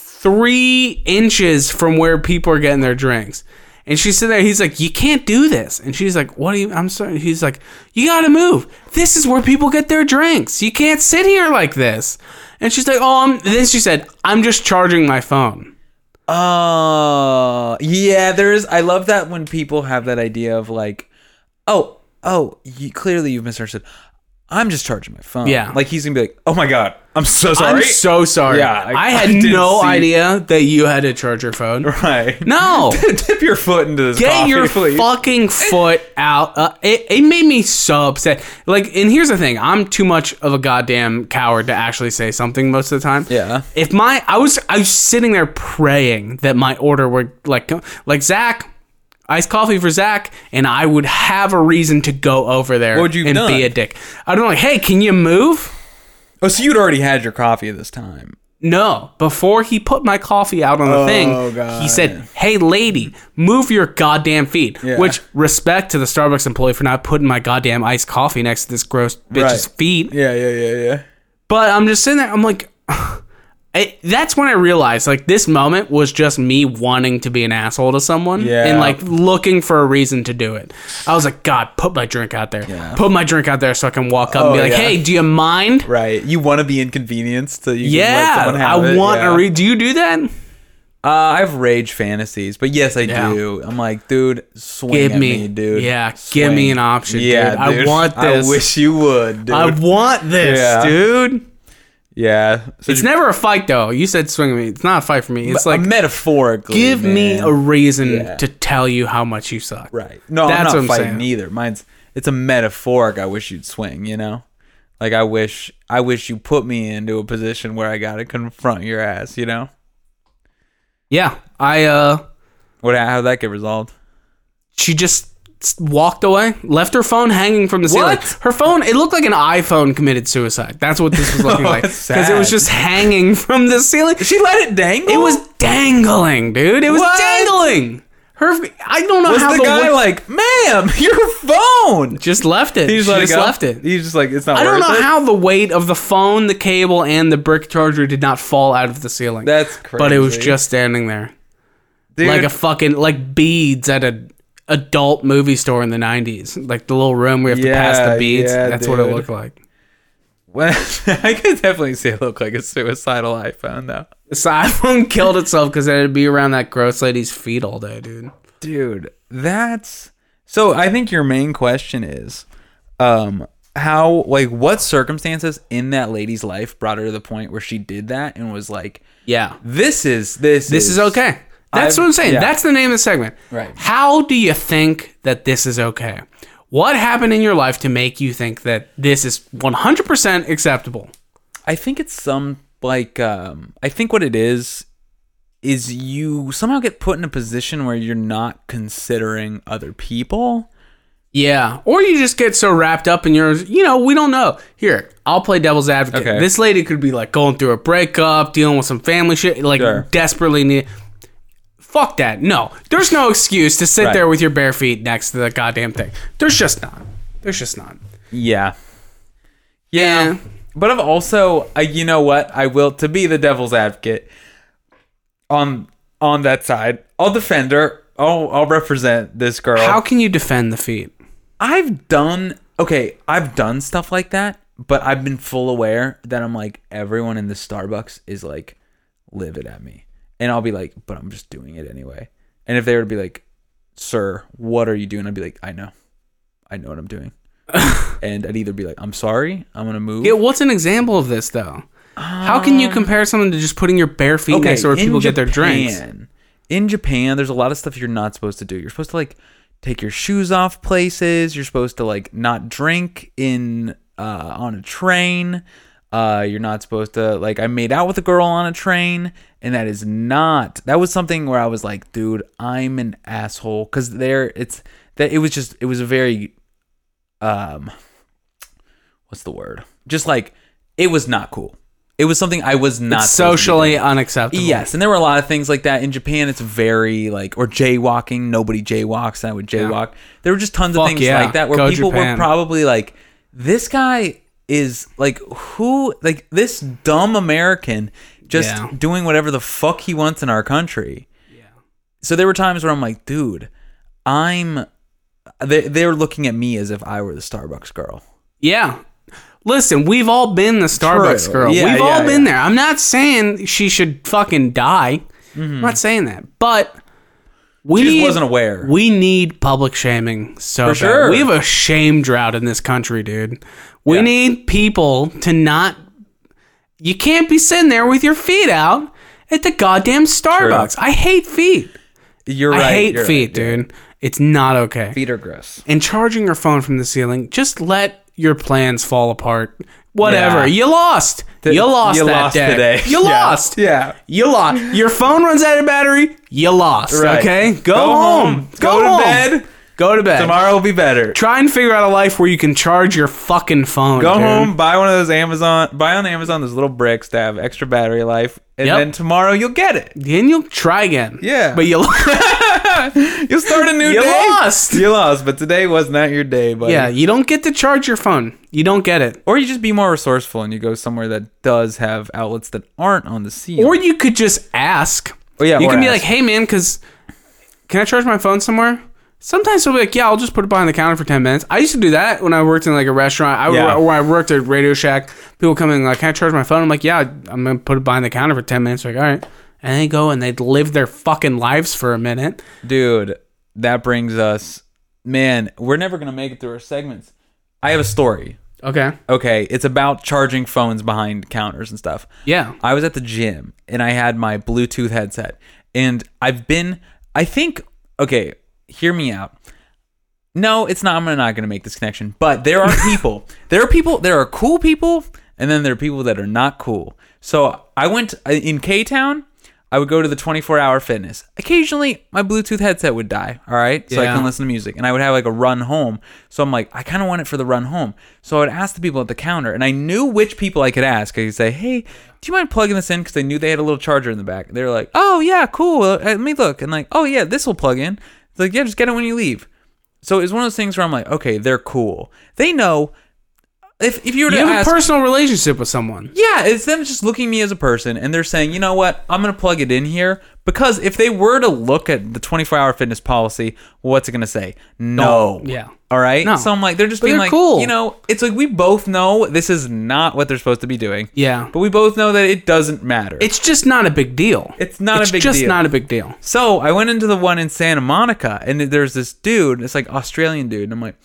S2: three inches from where people are getting their drinks. And she's sitting there. He's like, "You can't do this." And she's like, "What do you?" I'm sorry. He's like, "You got to move. This is where people get their drinks. You can't sit here like this." And she's like, "Oh, I'm." Then she said, "I'm just charging my phone."
S3: Oh, yeah. There's. I love that when people have that idea of like, oh, oh, you, clearly you've misunderstood. I'm just charging my phone.
S2: Yeah.
S3: Like he's gonna be like, oh my god, I'm so sorry.
S2: I'm so sorry.
S3: Yeah,
S2: I,
S3: I-
S2: had
S3: I didn't
S2: no
S3: see-
S2: idea that you had to charge your phone.
S3: right.
S2: No.
S3: Dip your foot into this.
S2: Get
S3: coffee,
S2: your
S3: please.
S2: fucking foot out. Uh, it, it made me so upset. Like, and here's the thing I'm too much of a goddamn coward to actually say something most of the time.
S3: Yeah.
S2: If my, I was, I was sitting there praying that my order would, like, go- like Zach, iced coffee for Zach, and I would have a reason to go over there
S3: would you
S2: and
S3: have done?
S2: be a dick. I'd be like, hey, can you move?
S3: Oh, so you'd already had your coffee this time.
S2: No, before he put my coffee out on the thing,
S3: Oh, God.
S2: he said, "Hey, lady, move your goddamn feet."
S3: Yeah.
S2: Which respect to the Starbucks employee for not putting my goddamn iced coffee next to this gross bitch's
S3: Right.
S2: feet.
S3: Yeah, yeah, yeah, yeah.
S2: But I'm just sitting there. I'm like, I that's when I realized like this moment was just me wanting to be an asshole to someone
S3: Yeah.
S2: and like looking for a reason to do it. I was like, God, put my drink out there. Put my drink out there so I can walk up and be
S3: Oh,
S2: like,
S3: yeah.
S2: Hey, do you mind?
S3: Right. You want to be inconvenienced so you can let
S2: Yeah,
S3: someone have
S2: I
S3: it,
S2: want
S3: yeah.
S2: a re. Do you do that?
S3: Uh, I have rage fantasies, but yes, I
S2: Yeah.
S3: do. I'm like, dude, swing
S2: Give
S3: at
S2: me-
S3: me, dude.
S2: yeah, give me an option, dude. I want this.
S3: I wish you would, dude.
S2: I want this,
S3: Yeah.
S2: dude.
S3: yeah, So
S2: It's
S3: you-
S2: never a fight though. You said swing me. It's not a fight for me. It's
S3: uh,
S2: like
S3: metaphorically.
S2: give me
S3: man.
S2: a reason
S3: Yeah.
S2: to tell you how much you suck.
S3: right. No,
S2: That's
S3: I'm not
S2: what I'm
S3: fighting
S2: saying.
S3: either. Mine's it's a metaphoric. I wish you'd swing. You know, like I wish I wish you put me into a position where I gotta confront your ass. You know,
S2: Yeah. I uh
S3: what how that get resolved?
S2: she just s- walked away, left her phone hanging from the ceiling.
S3: What?
S2: Her phone, it looked like an iPhone committed suicide. That's what this was looking like.
S3: that's
S2: Cuz it was
S3: sad.
S2: just hanging from the ceiling.
S3: She let it dangle.
S2: It was dangling, dude. It was
S3: What?
S2: dangling. Her I don't know
S3: Was
S2: how
S3: the guy
S2: wo-
S3: like, ma'am, your phone?
S2: just left it.
S3: He just,
S2: she
S3: let it
S2: just
S3: go?
S2: left it.
S3: He's just like, it's not.
S2: I don't
S3: worth
S2: know
S3: it?
S2: how the weight of the phone, the cable, and the brick charger did not fall out of the ceiling.
S3: That's crazy.
S2: But it was just standing there,
S3: Dude,
S2: like a fucking like beads at a adult movie store in the '90s, like the little room we have to pass
S3: Yeah,
S2: the beads.
S3: yeah,
S2: That's what it
S3: dude.
S2: looked like.
S3: Well, I could definitely see it look like a suicidal iPhone though.
S2: So iPhone killed itself because it'd be around that gross lady's feet all day, dude.
S3: Dude, that's so. I think your main question is, um, how like what circumstances in that lady's life brought her to the point where she did that and was like,
S2: Yeah,
S3: this is this
S2: this is okay. That's
S3: I've-
S2: what I'm saying.
S3: yeah.
S2: That's the name of the segment.
S3: Right.
S2: How do you think that this is okay? What happened in your life to make you think that this is 100% acceptable?
S3: I think it's some like um I think what it is is you somehow get put in a position where you're not considering other people.
S2: Yeah. Or you just get so wrapped up in your, you know, we don't know. Here, I'll play devil's advocate.
S3: Okay.
S2: This lady could be like going through a breakup, dealing with some family shit, like
S3: Sure.
S2: desperately need. Fuck that. No. There's no excuse to sit
S3: Right.
S2: there with your bare feet next to the goddamn thing. There's just not. There's just not.
S3: Yeah.
S2: Yeah.
S3: But I've also, uh, you know what? I will to be the devil's advocate on on that side. I'll defend her. I'll I'll represent this girl.
S2: How can you defend the feet?
S3: I've done okay. I've done stuff like that, but I've been full aware that I'm like everyone in the Starbucks is like livid at me, and I'll be like, but I'm just doing it anyway. And if they were to be like, "Sir, what are you doing?" I'd be like, "I know, I know what I'm doing," and I'd either be like, "I'm sorry, I'm gonna move."
S2: Yeah, what's an example of this though? How can you compare someone to just putting your bare feet next to where
S3: Um, in
S2: people get their drinks?
S3: Japan- In Japan, there's a lot of stuff you're not supposed to do. You're supposed to like take your shoes off places. You're supposed to like not drink in uh, on a train. Uh, you're not supposed to like. I made out with a girl on a train, and that is not. That was something where I was like, dude, I'm an asshole. Cause there, it's that it was just it was a very um what's the word? Just like it was not cool. It was something I was not
S2: It's
S3: supposed to be
S2: socially
S3: doing.
S2: unacceptable.
S3: Yes, and there were a lot of things like that in Japan. It's very like or jaywalking. Nobody jaywalks. and I would jaywalk. There were just tons
S2: Fuck
S3: of things
S2: yeah.
S3: like that where
S2: Go
S3: people
S2: Japan.
S3: were probably like, "This guy is like who? Like this dumb American just
S2: Yeah.
S3: doing whatever the fuck he wants in our country." So there were times where I'm like, "Dude, I'm." They they're looking at me as if I were the Starbucks girl.
S2: Yeah. Listen, we've all been the Starbucks
S3: True.
S2: girl.
S3: Yeah,
S2: we've all
S3: yeah,
S2: been
S3: yeah.
S2: there. I'm not saying she should fucking die. I'm not saying that. But we
S3: She just wasn't aware.
S2: We need public shaming so bad.
S3: sure.
S2: We have a shame drought in this country, dude. We
S3: Yeah.
S2: need people to not you can't be sitting there with your feet out at the goddamn Starbucks. I hate feet.
S3: You're right.
S2: I hate
S3: you're
S2: feet,
S3: right,
S2: dude. It's not okay
S3: Feet are gross.
S2: and charging your phone from the ceiling, just let your plans fall apart. Whatever.
S3: Yeah.
S2: You lost. you lost
S3: you
S2: that
S3: lost
S2: day.
S3: today.
S2: You
S3: Yeah.
S2: lost.
S3: Yeah.
S2: You lost. Your phone runs out of battery. You lost.
S3: Right.
S2: Okay? Go,
S3: Go
S2: home.
S3: home. Go to
S2: home.
S3: bed.
S2: Go to bed.
S3: Tomorrow will be better.
S2: Try and figure out a life where you can charge your fucking phone.
S3: Go
S2: dude.
S3: home, buy one of those Amazon, buy on Amazon those little bricks to have extra battery life, and
S2: Yep.
S3: then tomorrow you'll get it.
S2: Then you'll try again.
S3: Yeah.
S2: But you
S3: You'll start a new
S2: You
S3: day.
S2: lost.
S3: You lost, but today was not your day, buddy.
S2: Yeah, you don't get to charge your phone. You don't get it.
S3: Or you just be more resourceful and you go somewhere that does have outlets that aren't on the sea.
S2: Or you could just ask.
S3: Oh, yeah,
S2: you
S3: or
S2: can be
S3: ask.
S2: like, "Hey, man, because can I charge my phone somewhere?" Sometimes they'll be like, "Yeah, I'll just put it behind the counter for ten minutes." I used to do that when I worked in like a restaurant. I
S3: Yeah.
S2: or when I worked at Radio Shack. People come in and like, "Can I charge my phone?" I'm like, "Yeah, I'm gonna put it behind the counter for ten minutes." Like, all right, and they go and they live their fucking lives for a minute.
S3: Dude, that brings us, man, we're never going to make it through our segments. I have a story.
S2: Okay,
S3: Okay, it's about charging phones behind counters and stuff.
S2: Yeah.
S3: I was at the gym and I had my Bluetooth headset. And I've been, I think, okay, hear me out. No, it's not. I'm not going to make this connection. But there are people. there are people. There are cool people, and then there are people that are not cool. So I went uh, in K Town. I would go to the 24 hour fitness. Occasionally, my Bluetooth headset would die. All right, so I
S2: Yeah.
S3: couldn't listen to music, and I would have like a run home. So I'm like, I kind of want it for the run home. So I would ask the people at the counter, and I knew which people I could ask. I could say, Hey, do you mind plugging this in? Because I knew they had a little charger in the back. They were like, Oh yeah, cool. Uh, Let me look, and like, Oh yeah, this will plug in. It's like, Yeah, just get it when you leave. So it's one of those things where I'm like, okay, they're cool. They know if if you were to
S2: you have
S3: ask,
S2: a personal relationship with someone.
S3: yeah, it's them just looking at me as a person, and they're saying, you know what, I'm gonna plug it in here because if they were to look at the 24 hour fitness policy, what's it gonna say? No.
S2: Don't. Yeah.
S3: All right.
S2: No.
S3: So I'm like, they're just
S2: But
S3: being
S2: they're
S3: like,
S2: cool.
S3: you know, it's like we both know this is not what they're supposed to be doing.
S2: Yeah.
S3: But we both know that it doesn't matter.
S2: It's just not a big deal.
S3: It's not a big
S2: just
S3: deal.
S2: not a big deal.
S3: So I went into the one in Santa Monica, and there's this dude. It's like Australian dude, and I'm like,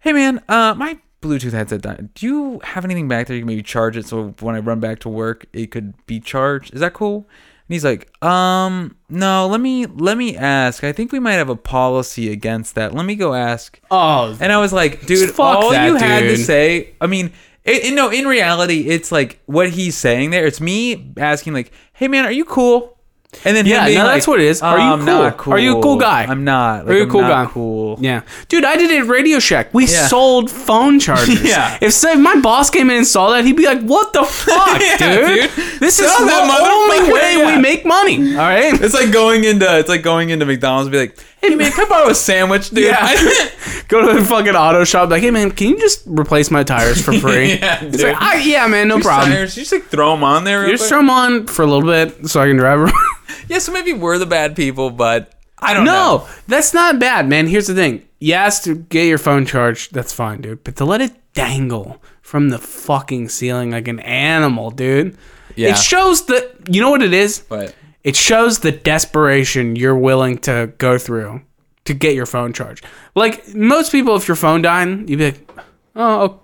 S3: "Hey man, uh, my Bluetooth headset died. Do you have anything back there you can maybe charge it so when I run back to work, it could be charged? Is that cool?" And
S7: he's like, um, no, let me let me ask. I think we might have a policy against that. Let me go ask.
S2: Oh,
S7: And I was like, dude,
S2: Fuck
S7: all
S2: that
S7: you had to
S2: dude.
S7: say. I mean, it, it- no, in reality, it's like what he's saying there. It's me asking, like, hey, man, are you cool? And then him
S2: Yeah,
S7: being
S2: no, that's
S7: like,
S2: what it is. Are you
S7: "Oh, I'm
S2: cool?
S7: not cool?
S2: Are you a cool guy?
S7: I'm not.
S2: Are you a
S7: I'm
S2: cool
S7: not
S2: guy?
S7: Cool.
S2: Yeah, dude, I did it at Radio Shack. We
S7: Yeah.
S2: sold phone chargers.
S7: Yeah.
S2: if, say, if my boss came in and saw that, he'd be like, "What the fuck, dude? This is
S7: Sell
S2: the
S7: that
S2: only
S7: motherfucker,
S2: way
S7: yeah."
S2: we make money." All right.
S7: It's like going into it's like going into McDonald's and be like, hey man, can I borrow a sandwich, dude?
S2: Yeah. Go to the fucking auto shop. Like, hey man, can you just replace my tires for free?
S7: Yeah,
S2: It's like,
S7: dude.
S2: "Ah, yeah, man, no problem.
S7: Tires, you just like throw them on there. real
S2: You
S7: quick?
S2: just throw 'em on for a little bit so I can drive around.
S3: Yeah, so maybe we're the bad people, but I don't know.
S2: no, that's not bad, man. Here's the thing. Yes, to get your phone charged, that's fine, dude. But to let it dangle from the fucking ceiling like an animal, dude.
S3: Yeah.
S2: It shows the you know what it is?
S3: But
S2: It shows the desperation you're willing to go through to get your phone charged. Like most people, if your phone dying, you'd be like, "Oh,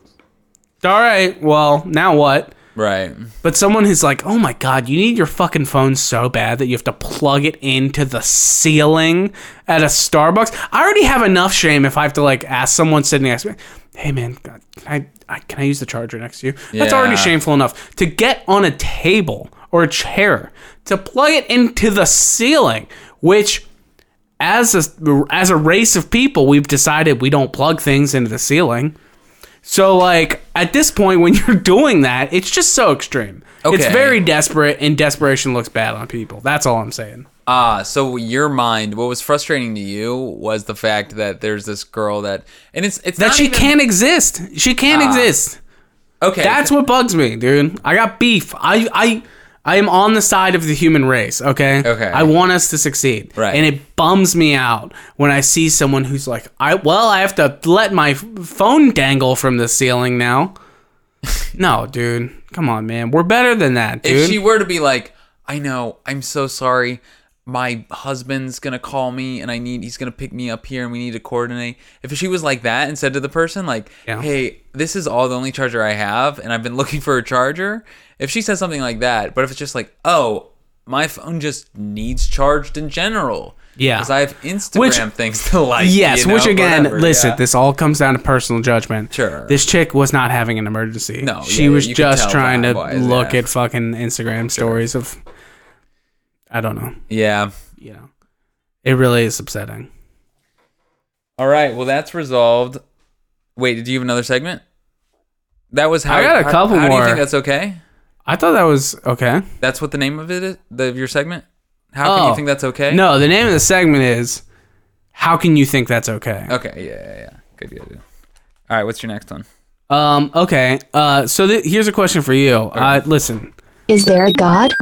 S2: oh, all right. Well, now what?"
S3: right.
S2: But someone who's like, "Oh my god, you need your fucking phone so bad that you have to plug it into the ceiling at a Starbucks." I already have enough shame if I have to like ask someone sitting next to me, "Hey man, can I, I can I use the charger next to you?" That's already
S3: Yeah.
S2: shameful enough to get on a table or a chair to plug it into the ceiling, which as a as a race of people, we've decided we don't plug things into the ceiling. So like at this point when you're doing that, it's just so extreme. It's
S3: Okay.
S2: very desperate and desperation looks bad on people. That's all I'm saying.
S3: Ah, so your mind. What was frustrating to you was the fact that there's this girl that, and it's it's
S2: That
S3: not
S2: she
S3: even- Ah.
S2: can't exist. She can't exist.
S3: Okay,
S2: That's what bugs me, dude. I got beef. I I I am on the side of the human race, okay?
S3: Okay.
S2: I want us to succeed.
S3: Right.
S2: And it bums me out when I see someone who's like, I well, I have to let my f- phone dangle from the ceiling now. no, dude. Come on, man. We're better than that, dude.
S3: if she were to be like, I know, I'm so sorry. My husband's gonna call me and I need he's gonna pick me up here and we need to coordinate. If she was like that and said to the person, like,
S2: Yeah.
S3: hey, this is all the only charger I have and I've been looking for a charger, if she says something like that, but if it's just like, oh, my phone just needs charged in general.
S2: Yeah.
S3: Because I have Instagram
S2: Which-
S3: things to like.
S2: Yes,
S3: you know,
S2: which again,
S3: whatever,
S2: listen,
S3: yeah.
S2: this all comes down to personal judgment.
S3: Sure.
S2: This chick was not having an emergency.
S3: No,
S2: She
S3: yeah,
S2: was
S3: you could
S2: just
S3: tell
S2: trying to
S3: vibe-wise,
S2: look
S3: yeah.
S2: at fucking Instagram stories of I don't know.
S3: Yeah.
S2: You know. It really is upsetting.
S3: All right. Well, that's resolved. Wait, did you have another segment? That was how
S2: I got a
S3: how-
S2: couple
S3: how, do you
S2: more.
S3: think that's okay?
S2: I thought that was okay.
S3: That's what the name of it is. The, your segment. How can you
S2: Oh.
S3: think that's okay?
S2: No, the name of the segment is How Can You Think That's Okay?
S3: Okay. Yeah. Yeah. yeah. Good, good. Good. All right. What's your next one?
S2: Um, okay. Uh so th- here's a question for you. Uh listen.
S1: Is there a God?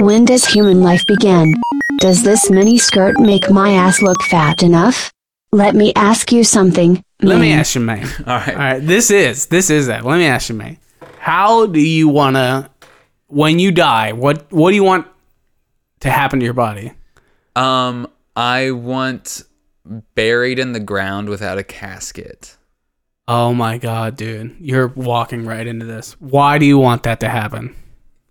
S1: When does human life begin? Does this mini skirt make my ass look fat enough? Let me ask you something.
S2: Let me
S1: man.
S2: ask you, man.
S3: All right.
S2: All right, this is this is that. Let me ask you, mate. How do you wanna when you die? What what do you want to happen to your body?
S3: Um, I want buried in the ground without a casket.
S2: Oh my god, dude, you're walking right into this. Why do you want that to happen?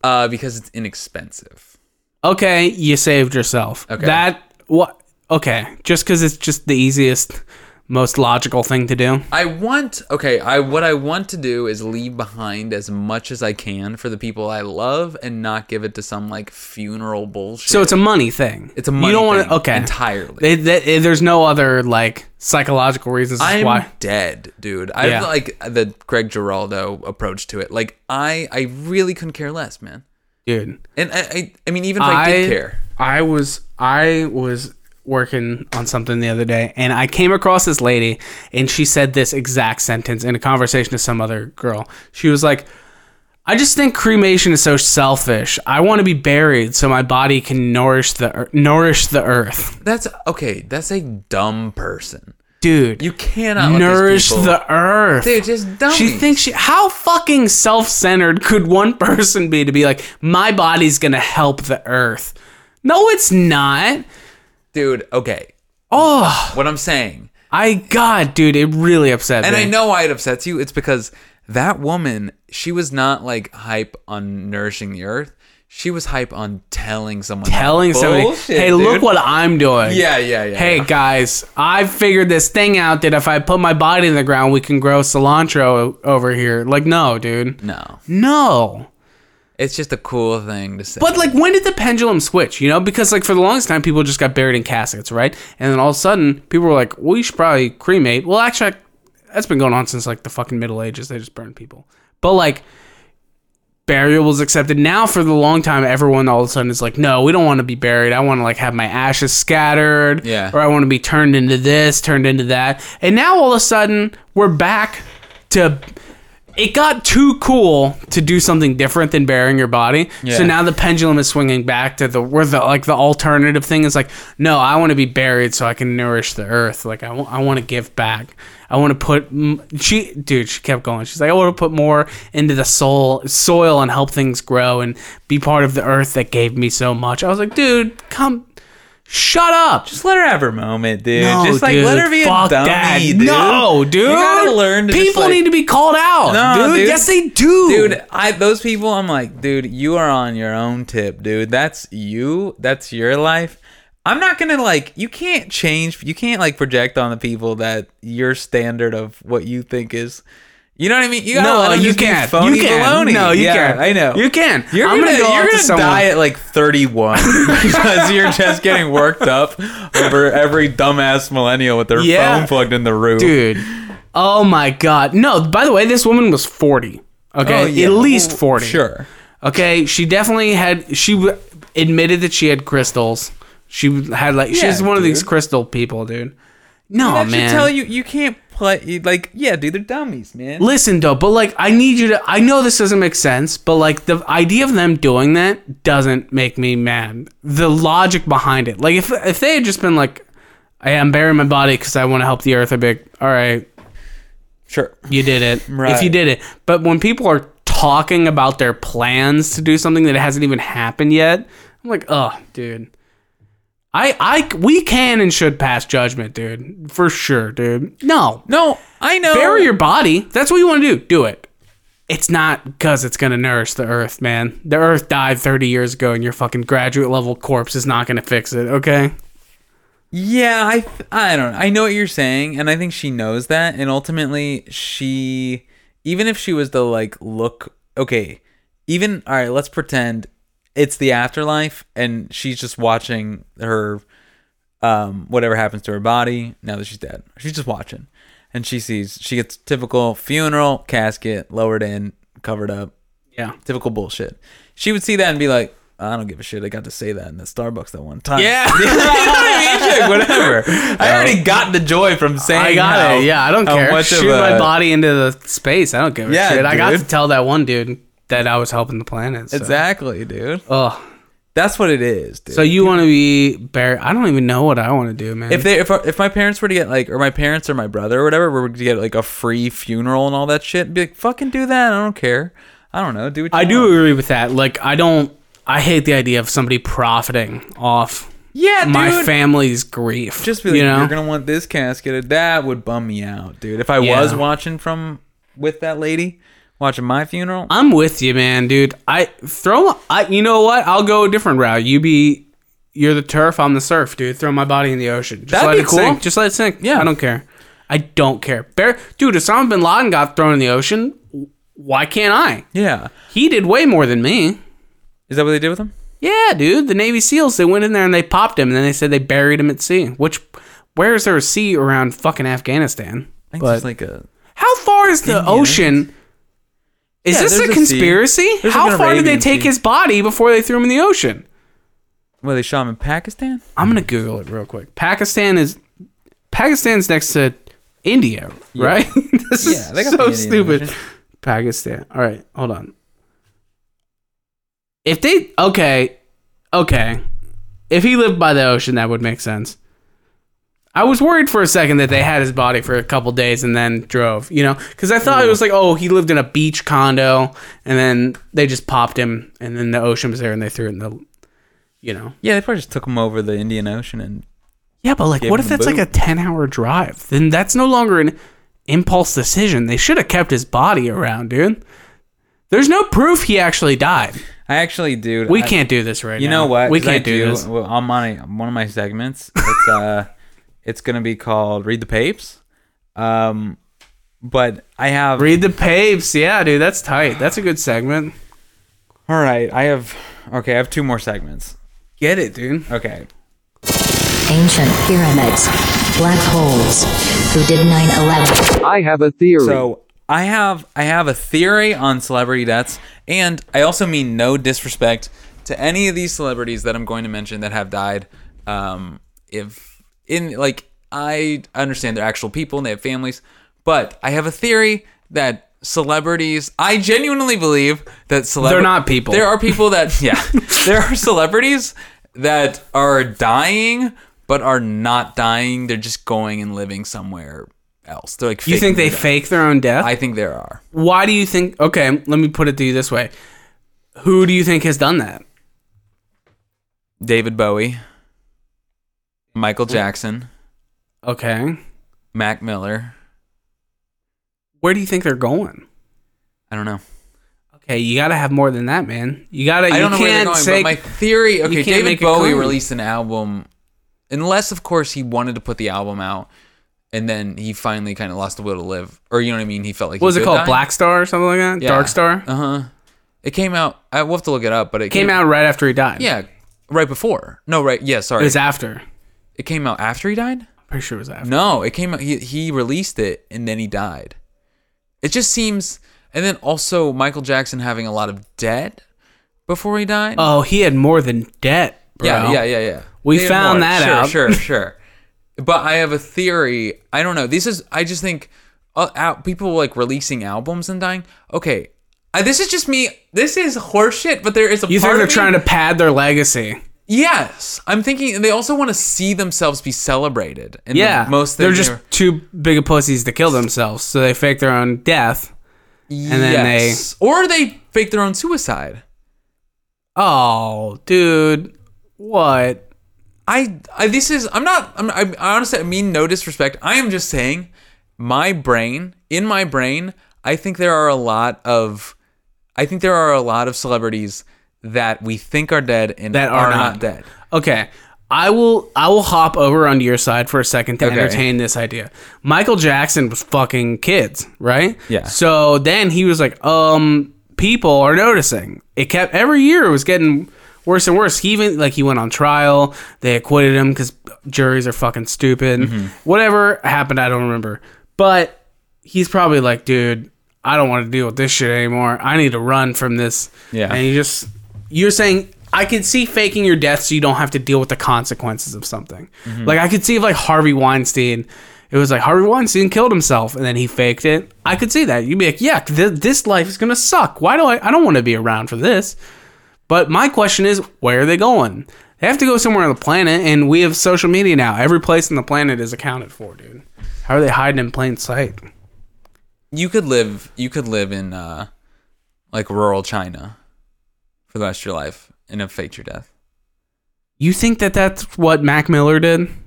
S3: Uh, because it's inexpensive.
S2: Okay, you saved yourself.
S3: Okay.
S2: That what? Okay, just because it's just the easiest, most logical thing to do.
S3: I want okay, I what I want to do is leave behind as much as I can for the people I love and not give it to some like funeral bullshit.
S2: So it's a money thing.
S3: It's a money
S2: wanna-
S3: thing,
S2: okay
S3: entirely.
S2: They- they- there's no other like psychological reasons as
S3: I'm
S2: why.
S3: dead, dude. I
S2: Yeah.
S3: have like the Greg Giraldo approach to it. Like I, I really couldn't care less, man.
S2: Dude,
S3: And I, I, I mean, even if I, did care,
S2: I was I was working on something the other day and I came across this lady and she said this exact sentence in a conversation to some other girl. She was like I just think cremation is so selfish. I want to be buried so my body can nourish the ear- nourish the earth.
S3: that's okay. That's a dumb person.
S2: Dude,
S3: You cannot let these
S2: nourish
S3: people-
S2: the earth.
S3: They're just dummies.
S2: She thinks she how fucking self-centered could one person be to be like my body's going to help the earth. No, it's not.
S3: dude. Okay,
S2: Oh,
S3: what I'm saying,
S2: I God, dude, it really upset
S3: and
S2: me.
S3: I know why it upsets you. It's because that woman, she was not like hype on nourishing the earth.
S5: She was hype on telling someone. that.
S2: telling somebody,
S5: Bullshit,
S2: "Hey, look
S5: dude.
S2: what I'm doing."
S5: Yeah, yeah, yeah.
S2: Hey
S5: yeah.
S2: guys, I figured this thing out that if I put my body in the ground, we can grow cilantro o- over here. Like, no, dude,
S5: No,
S2: no.
S5: it's just a cool thing to say.
S2: But like, when did the pendulum switch? You know, because like for the longest time, people just got buried in caskets, right? And then all of a sudden, people were like, "We should probably cremate." Well, actually, I- that's been going on since like the fucking Middle Ages. They just burned people. But like, burial was accepted. Now, for the long time, everyone all of a sudden is like, "No, we don't want to be buried. I want to like have my ashes scattered,
S5: Yeah.
S2: or I want to be turned into this, turned into that." And now all of a sudden, we're back to it got too cool to do something different than burying your body. So now the pendulum is swinging back to the where the like the alternative thing is like, no, I want to be buried so I can nourish the earth. Like I want to give back. I want to put m- she dude. She kept going. She's like, I want to put more into the soul soil and help things grow and be part of the earth that gave me so much. I was like, dude, come, shut up.
S3: Just let her have her moment, dude.
S2: No,
S3: just like let
S2: dude,
S3: her be a
S2: fuck
S3: dummy,
S2: that.
S3: dude.
S2: No, dude.
S3: You gotta learn to just,
S2: People
S3: like-
S2: need to be called out.
S3: No,
S2: dude.
S3: dude.
S2: Yes, they do.
S3: Dude, I those people, I'm like, dude, you are on your own tip, dude. That's you. That's your life. I'm not gonna like. You can't change. You can't like project on the people that your standard of what you think is. You know what I mean? You gotta
S2: No,
S3: let 'em
S2: you
S3: just be
S2: can't.
S3: phony
S2: You can.
S3: baloney.
S2: No, you
S3: Yeah,
S2: can't.
S3: I know.
S2: You can.
S3: You're
S2: I'm
S3: gonna,
S2: gonna go
S3: you're
S2: up to
S3: gonna
S2: someone.
S3: die at like 31 because you're just getting worked up over every dumbass millennial with their
S2: Yeah.
S3: phone plugged in the roof.
S2: dude. Oh my god. No, by the way, this woman was 40. Okay,
S3: Oh, yeah.
S2: at least 40.
S3: Sure.
S2: Okay, she definitely had she w- admitted that she had crystals. She had like she's
S3: Yeah,
S2: one of these
S3: dude.
S2: crystal people, dude. No,
S3: that
S2: man.
S3: should tell you you can't play you- like yeah, dude, they're dummies, man.
S2: Listen though, but like I need you to I know this doesn't make sense, but like the idea of them doing that doesn't make me mad. The logic behind it. Like if if they had just been like "Hey, I'm burying my body cuz I want to help the earth, I'd be like, "All right,
S3: Sure.
S2: you did it. If you
S3: Right.
S2: did it." But when people are talking about their plans to do something that hasn't even happened yet, I'm like, "Oh, dude. I I we can and should pass judgment, dude. For sure, dude. No
S3: No, I know.
S2: bury your body. If That's what you want to do. Do it. It's not because it's going to nourish the earth, man. The earth died 30 years ago, and your fucking graduate level corpse is not going to fix it, okay?
S3: Yeah, I I don't know. I know what you're saying, and I think she knows that. And ultimately, she even if she was to like look okay, even all right, let's pretend it's the afterlife, and she's just watching her um whatever happens to her body now that she's dead. She's just watching, and she sees she gets typical funeral casket lowered in, covered up,
S2: Yeah.
S3: typical bullshit. She would see that and be like, I don't give a shit. I got to say that in the Starbucks that one time.
S2: Yeah.
S3: you know what I mean? She's like, whatever. I already got the joy from saying.
S2: I got
S3: how-
S2: it. Yeah, I don't
S3: how
S2: care.
S3: much of
S2: Shoot my
S3: a-
S2: body into the space. I don't give a
S3: Yeah,
S2: shit. I got
S3: dude.
S2: to tell that one dude that I was helping the planet. So.
S3: Exactly, dude.
S2: Ugh.
S3: That's what it is, dude.
S2: So you want to be buried? I don't even know what I want to do, man.
S3: if they if, if my parents were to get like or my parents or my brother or whatever were to get like a free funeral and all that shit, be like, fucking do that. I don't care. I don't know. Do what you
S2: I do
S3: want.
S2: agree with that. Like, I don't. I hate the idea of somebody profiting off
S3: Yeah, dude.
S2: my family's grief.
S3: just be like,
S2: you
S3: you
S2: know?
S3: are gonna want this casket. That would bum me out, dude. If I
S2: Yeah.
S3: was watching from with that lady, watching my funeral,
S2: I'm with you, man, dude. I throw. I you know what? I'll go a different route. You be, you're the turf. I'm the surf, dude. Throw my body in the ocean. Just
S3: That'd
S2: let
S3: be
S2: it
S3: cool.
S2: sink. Just let it sink.
S3: Yeah.
S2: I don't care. I don't care. Bear, dude. If Osama bin Laden got thrown in the ocean, why can't I?
S3: yeah,
S2: He did way more than me.
S3: is that what they did with him?
S2: Yeah, dude. The Navy SEALs they went in there and they popped him, and then they said they buried him at sea. Which, where is there a sea around fucking Afghanistan?
S3: I think it's just like a
S2: How far is the ocean? Is
S3: Yeah,
S2: this
S3: there's
S2: a
S3: a
S2: conspiracy?
S3: sea. There's
S2: How
S3: like an
S2: far did they
S3: Arabian
S2: take
S3: sea.
S2: his body before they threw him in the ocean?
S3: well, they shot him in Pakistan.
S2: I'm gonna Google it real quick. Pakistan is Pakistan's next to India, right? this is
S3: Yeah, they got the
S2: so
S3: Indian
S2: stupid.
S3: Ocean.
S2: Pakistan. All right, hold on. If they okay, okay, if he lived by the ocean, that would make sense. I was worried for a second that they had his body for a couple days and then drove, you know, because I thought it was like, oh, he lived in a beach condo, and then they just popped him, and then the ocean was there, and they threw it in the, you know.
S3: Yeah, they probably just took him over the Indian Ocean and
S2: Yeah, but like,
S3: Gave
S2: what
S3: him
S2: if
S3: the
S2: that's like a
S3: boot.
S2: 10 hour drive? Then that's no longer an impulse decision. They should have kept his body around, dude. There's no proof he actually died.
S3: I actually, dude.
S2: We
S3: I-
S2: can't do this right
S3: You
S2: now.
S3: know what?
S2: We
S3: 'Cause I
S2: can't do, this.
S3: Well, on my one of my segments, it's uh, it's gonna be called "Read the Papes," um, but I have
S2: Read the papes. Yeah, dude, that's tight. That's a good segment.
S3: all right. I have okay. I have two more segments.
S2: Get it, dude.
S3: Okay,
S6: Ancient pyramids. Black holes. Who did 9/11?
S8: I have a theory.
S3: so I have I have a theory on celebrity deaths, and I also mean no disrespect to any of these celebrities that I'm going to mention that have died. Um, if in like I understand they're actual people and they have families, but I have a theory that celebrities. I genuinely believe that celebrities
S2: They're not people.
S3: There are people that yeah, there are celebrities that are dying but are not dying. They're just going and living somewhere else. They're like
S2: You think
S3: faking
S2: they
S3: their death.
S2: fake their own death?
S3: I think there are.
S2: Why do you think? Okay, let me put it to you this way. Who do you think has done that?
S3: David Bowie, Michael Jackson,
S2: Okay.
S3: Mac Miller.
S2: Where do you think they're going?
S3: I don't know.
S2: Okay, you got to have more than that, man. You got to.
S3: I
S2: You
S3: don't know
S2: can't
S3: where they're going,
S2: say.
S3: but my theory. Okay,
S2: can't
S3: David
S2: make a
S3: Bowie
S2: claim.
S3: released an album, unless of course he wanted to put the album out, and then he finally kind of lost the will to live, or you know what I mean. He felt like
S2: what was
S3: he
S2: it
S3: could
S2: called?
S3: die.
S2: Black Star or something like that? Dark Star?
S3: Uh huh. It came out. I will have to look it up, but it
S2: Came out right after he died.
S3: Yeah, right before. No, right. Yeah,
S2: It
S3: sorry.
S2: was after.
S3: it came out after he died.
S2: Pretty sure it was after.
S3: No, it came out. He he released it and then he died. It just seems. And then also Michael Jackson having a lot of debt before he died.
S2: Oh, he had more than debt, bro.
S3: yeah, yeah, yeah, yeah.
S2: We
S3: had
S2: found that
S3: sure,
S2: out.
S3: Sure, sure. But I have a theory. I don't know. This is. I just think uh, out, people like releasing albums and dying. Okay. I, this is just me. This is horseshit, but there is a
S2: You think
S3: part of
S2: they're
S3: me-
S2: trying to pad their legacy?
S3: Yes, I'm thinking they also want to see themselves be celebrated. And
S2: Yeah.
S3: the most
S2: they're
S3: thing
S2: just too big of pussies to kill themselves, so they fake their own death.
S3: and
S2: then they-
S3: or they fake their own suicide.
S2: Oh, dude, what?
S3: I, I this is I'm not I'm I, I honestly I mean no disrespect. I am just saying my brain in my brain I think there are a lot of I think there are a lot of celebrities that we think are dead and
S2: That are
S3: not.
S2: not.
S3: dead.
S2: Okay, I will I will hop over onto your side for a second to
S3: Okay.
S2: entertain this idea. Michael Jackson was fucking kids, right?
S3: Yeah.
S2: So then he was like, um, people are noticing. It kept every year it was getting worse and worse. He even like he went on trial. They acquitted him because juries are fucking stupid.
S3: Mm-hmm.
S2: Whatever happened, I don't remember. But he's probably like, dude, I don't want to deal with this shit anymore. I need to run from this.
S3: Yeah.
S2: And you just you're saying I can see faking your death so you don't have to deal with the consequences of something. Like I could see if like Harvey Weinstein, it was like Harvey Weinstein killed himself and then he faked it. I could see that. You'd be like, yeah, th- this life is gonna suck. Why do I? I don't want to be around for this. But my question is, where are they going? They have to go somewhere on the planet, and we have social media now. Every place on the planet is accounted for, dude. How are they hiding in plain sight?
S3: You could live you could live in uh like rural China for the rest of your life and have faked your death.
S2: You think that that's what Mac Miller did?
S3: Um,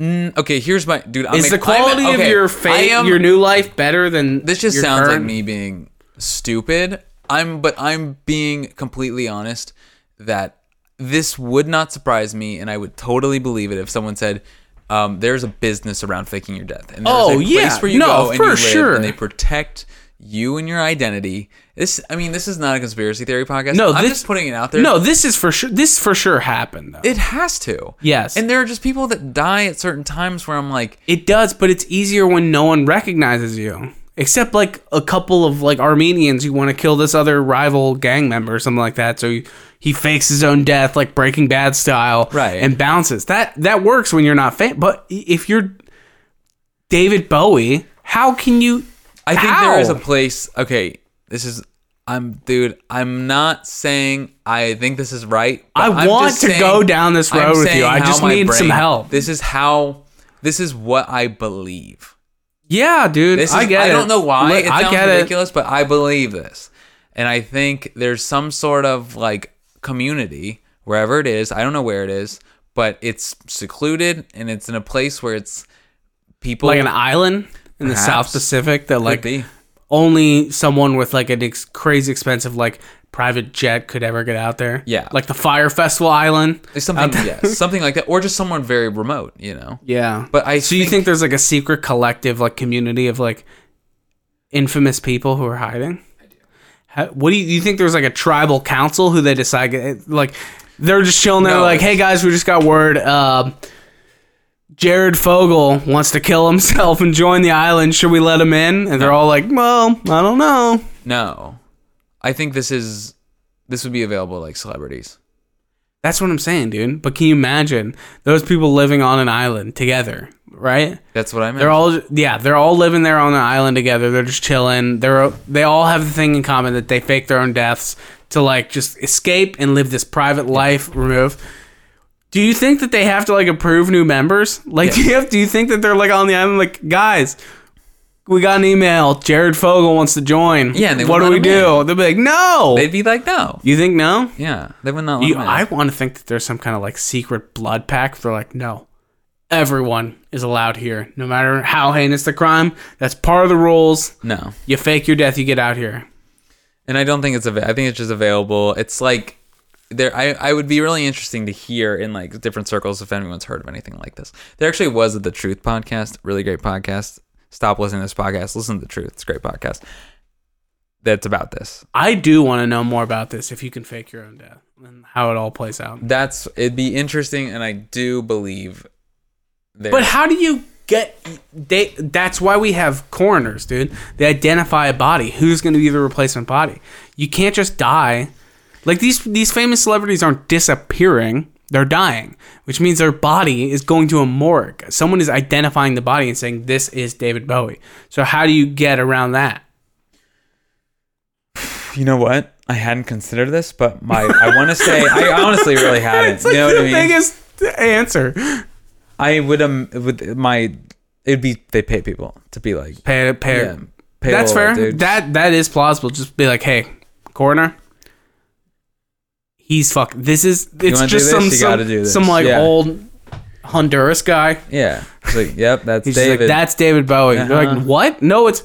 S3: Mm, okay, here's my dude. I'm
S2: Is
S3: ex-
S2: the quality
S3: I'm-
S2: of
S3: okay,
S2: your
S3: I
S2: fate,
S3: am-
S2: your new life, better than
S3: This just
S2: your
S3: sounds like
S2: current-
S3: me being stupid. I'm, but I'm being completely honest that this would not surprise me, and I would totally believe it if someone said, um, "There's a business around faking your death, and there's
S2: Oh,
S3: a place
S2: yeah.
S3: where you
S2: No,
S3: go and
S2: for
S3: you live,
S2: sure.
S3: and they protect." You and your identity. This, I mean, this is not a conspiracy theory podcast.
S2: No,
S3: I'm
S2: this-
S3: just putting it out there.
S2: No, this is for sure. This for sure happened though. It,
S3: it has to.
S2: Yes.
S3: and there are just people that die at certain times where I'm like,
S2: does, but it's easier when no one recognizes you, except like a couple of like Armenians who want to kill this other rival gang member or something like that. So he, he fakes his own death, like Breaking Bad style,
S3: Right.
S2: And bounces. That that works when you're not famous. But i- if you're David Bowie, how can you?
S3: I think there is a
S2: How?
S3: place. Okay, this is. I'm, dude. I'm not saying I think this is right. but
S2: I
S3: I'm
S2: want
S3: just
S2: to
S3: saying-
S2: go down this
S3: I'm
S2: road with you.
S3: saying
S2: I
S3: how
S2: just
S3: my
S2: need some help.
S3: This is how. This is what I believe.
S2: Yeah, dude.
S3: This is,
S2: I get it.
S3: I don't know why
S2: Look,
S3: it
S2: I
S3: sounds
S2: get it.
S3: ridiculous, but I believe this, and I think there's some sort of like community wherever it is. I don't know where it is, but it's secluded and it's in a place where it's people
S2: like an island in the South
S3: Perhaps.
S2: Pacific that
S3: could
S2: like
S3: be.
S2: only someone with like an ex- crazy expensive like private jet could ever get out there.
S5: Yeah.
S2: Like the Fire Festival Island.
S5: Something,
S2: Um,
S5: yeah, something like that, or just somewhere very remote, you know.
S2: Yeah.
S5: But I
S2: So you
S5: think-
S2: think there's like a secret collective like community of like infamous people who are hiding? I do. How, what do you, you think there's like a tribal council who they decide eh, like they're just chilling there
S5: No,
S2: like, "Hey
S5: it's-
S2: guys, we just got word um Jared Fogle wants to kill himself and join the island. Should we let him in?" And they're all like, "Well, I don't know."
S5: No, I think this is this would be available to, like celebrities.
S2: That's what I'm saying, dude. But can you imagine those people living on an island together, right?
S5: That's what I meant.
S2: They're all yeah, they're all living there on an island together. They're just chilling. They're they all have the thing in common that they fake their own deaths to like just escape and live this private life removed. Do you think that they have to like approve new members? Like do you have, do you think that they're like on the island like guys, we got an email. Jared Fogle wants to join.
S5: Yeah, and they
S2: what do we
S5: wouldn't let him
S2: do? They'll be like, no.
S5: They'd be like, no,
S2: you think no?
S5: yeah, they would not. Let
S2: You,
S5: them in.
S2: I want to think that there's some kind of like secret blood pact. They're like, no, everyone is allowed here, no matter how heinous the crime. That's part of the rules.
S5: no,
S2: You fake your death, you get out here.
S5: and I don't think it's available. I think it's just available. It's like there. I I would be really interesting to hear in like different circles if anyone's heard of anything like this. There actually was a the Truth podcast, really great podcast. Stop listening to this podcast. Listen to the Truth. It's a great podcast. That's about this.
S2: I do want to know more about this. If you can fake your own death and how it all plays out.
S5: That's it'd be interesting, and I do believe. there-
S2: But how do you get? They. That's why we have coroners, dude. They identify a body. Who's going to be the replacement body? You can't just die. Like these these famous celebrities aren't disappearing. They're dying, which means their body is going to a morgue. Someone is identifying the body and saying this is David Bowie. So how do you get around that?
S3: You know what? I hadn't considered this, but my I want to say I honestly really hadn't.
S2: It's like
S3: you know
S2: the
S3: what I mean?
S2: biggest answer.
S3: I would um with my it'd be they pay people to be like
S2: Pay, pay,
S3: yeah, pay
S2: that's
S3: all,
S2: fair.
S3: dude.
S2: That that is plausible. Just be like, hey, coroner, he's fuck. This is it's
S3: wanna do
S2: just
S3: this?
S2: some
S3: You
S2: some,
S3: gotta do this.
S2: some like
S3: Yeah.
S2: old Honduras guy.
S3: yeah. It's like yep, that's
S2: He's just
S3: David.
S2: like, that's David Bowie. They're
S3: Uh-huh.
S2: like, what? No, it's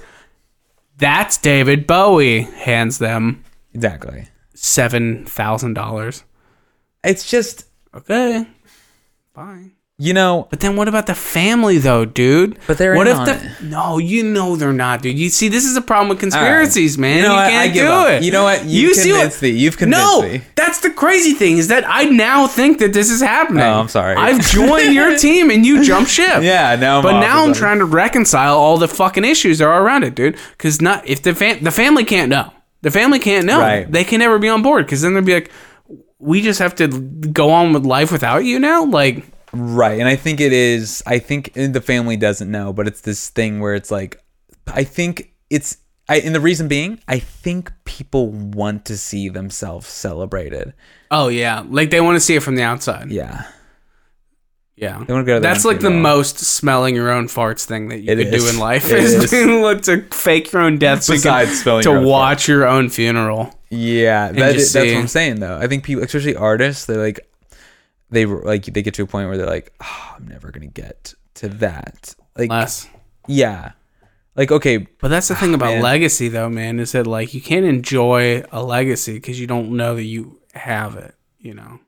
S2: that's David Bowie. Hands them
S3: exactly.
S2: seven thousand dollars.
S3: It's just
S2: Okay, fine.
S3: you know
S2: But then what about the family though, dude?
S3: But they're
S2: what
S3: in
S2: if
S3: on
S2: the no, you know they're not, dude. You see, this is a problem with conspiracies, man. You,
S3: know what? I
S2: can't
S3: give
S2: do
S3: up.
S2: it.
S3: You know what? You convinced me. You've convinced
S2: no,
S3: me.
S2: that's the crazy thing is that I now think that this is happening.
S3: Oh, I'm sorry.
S2: I've joined your team and you jump ship.
S3: Yeah, now I'm
S2: but
S3: off
S2: now
S3: of
S2: I'm
S3: them.
S2: trying to reconcile all the fucking issues that are around it, dude. Because not if the fam- the family can't know, the family can't know.
S3: Right.
S2: They can never be on board because then they'd be like, we just have to go on with life without you now, like.
S3: right, and I think it is. I think the family doesn't know, but it's this thing where it's like I think it's I and the reason being I think people want to see themselves celebrated.
S2: Oh yeah, like they want to see it from the outside.
S3: Yeah.
S2: Yeah,
S3: They wanna go to the
S2: That's like the
S3: funeral.
S2: most smelling your own farts thing that you
S3: It
S2: could
S3: is.
S2: do in life
S3: It
S2: is,
S3: is.
S2: to look to fake your own death. so you can-
S3: Besides smelling
S2: to
S3: your own
S2: watch your own funeral.
S3: Yeah, that
S2: just
S3: is, that's
S2: see-
S3: what I'm saying though. I think people, especially artists, they're like, they were- like they get to a point where they're like, oh, I'm never gonna get to that. Like,
S2: Less.
S3: yeah, like okay,
S2: But that's the thing about
S3: Ah, man.
S2: legacy, though, man, is that like you can't enjoy a legacy because you don't know that you have it. You know,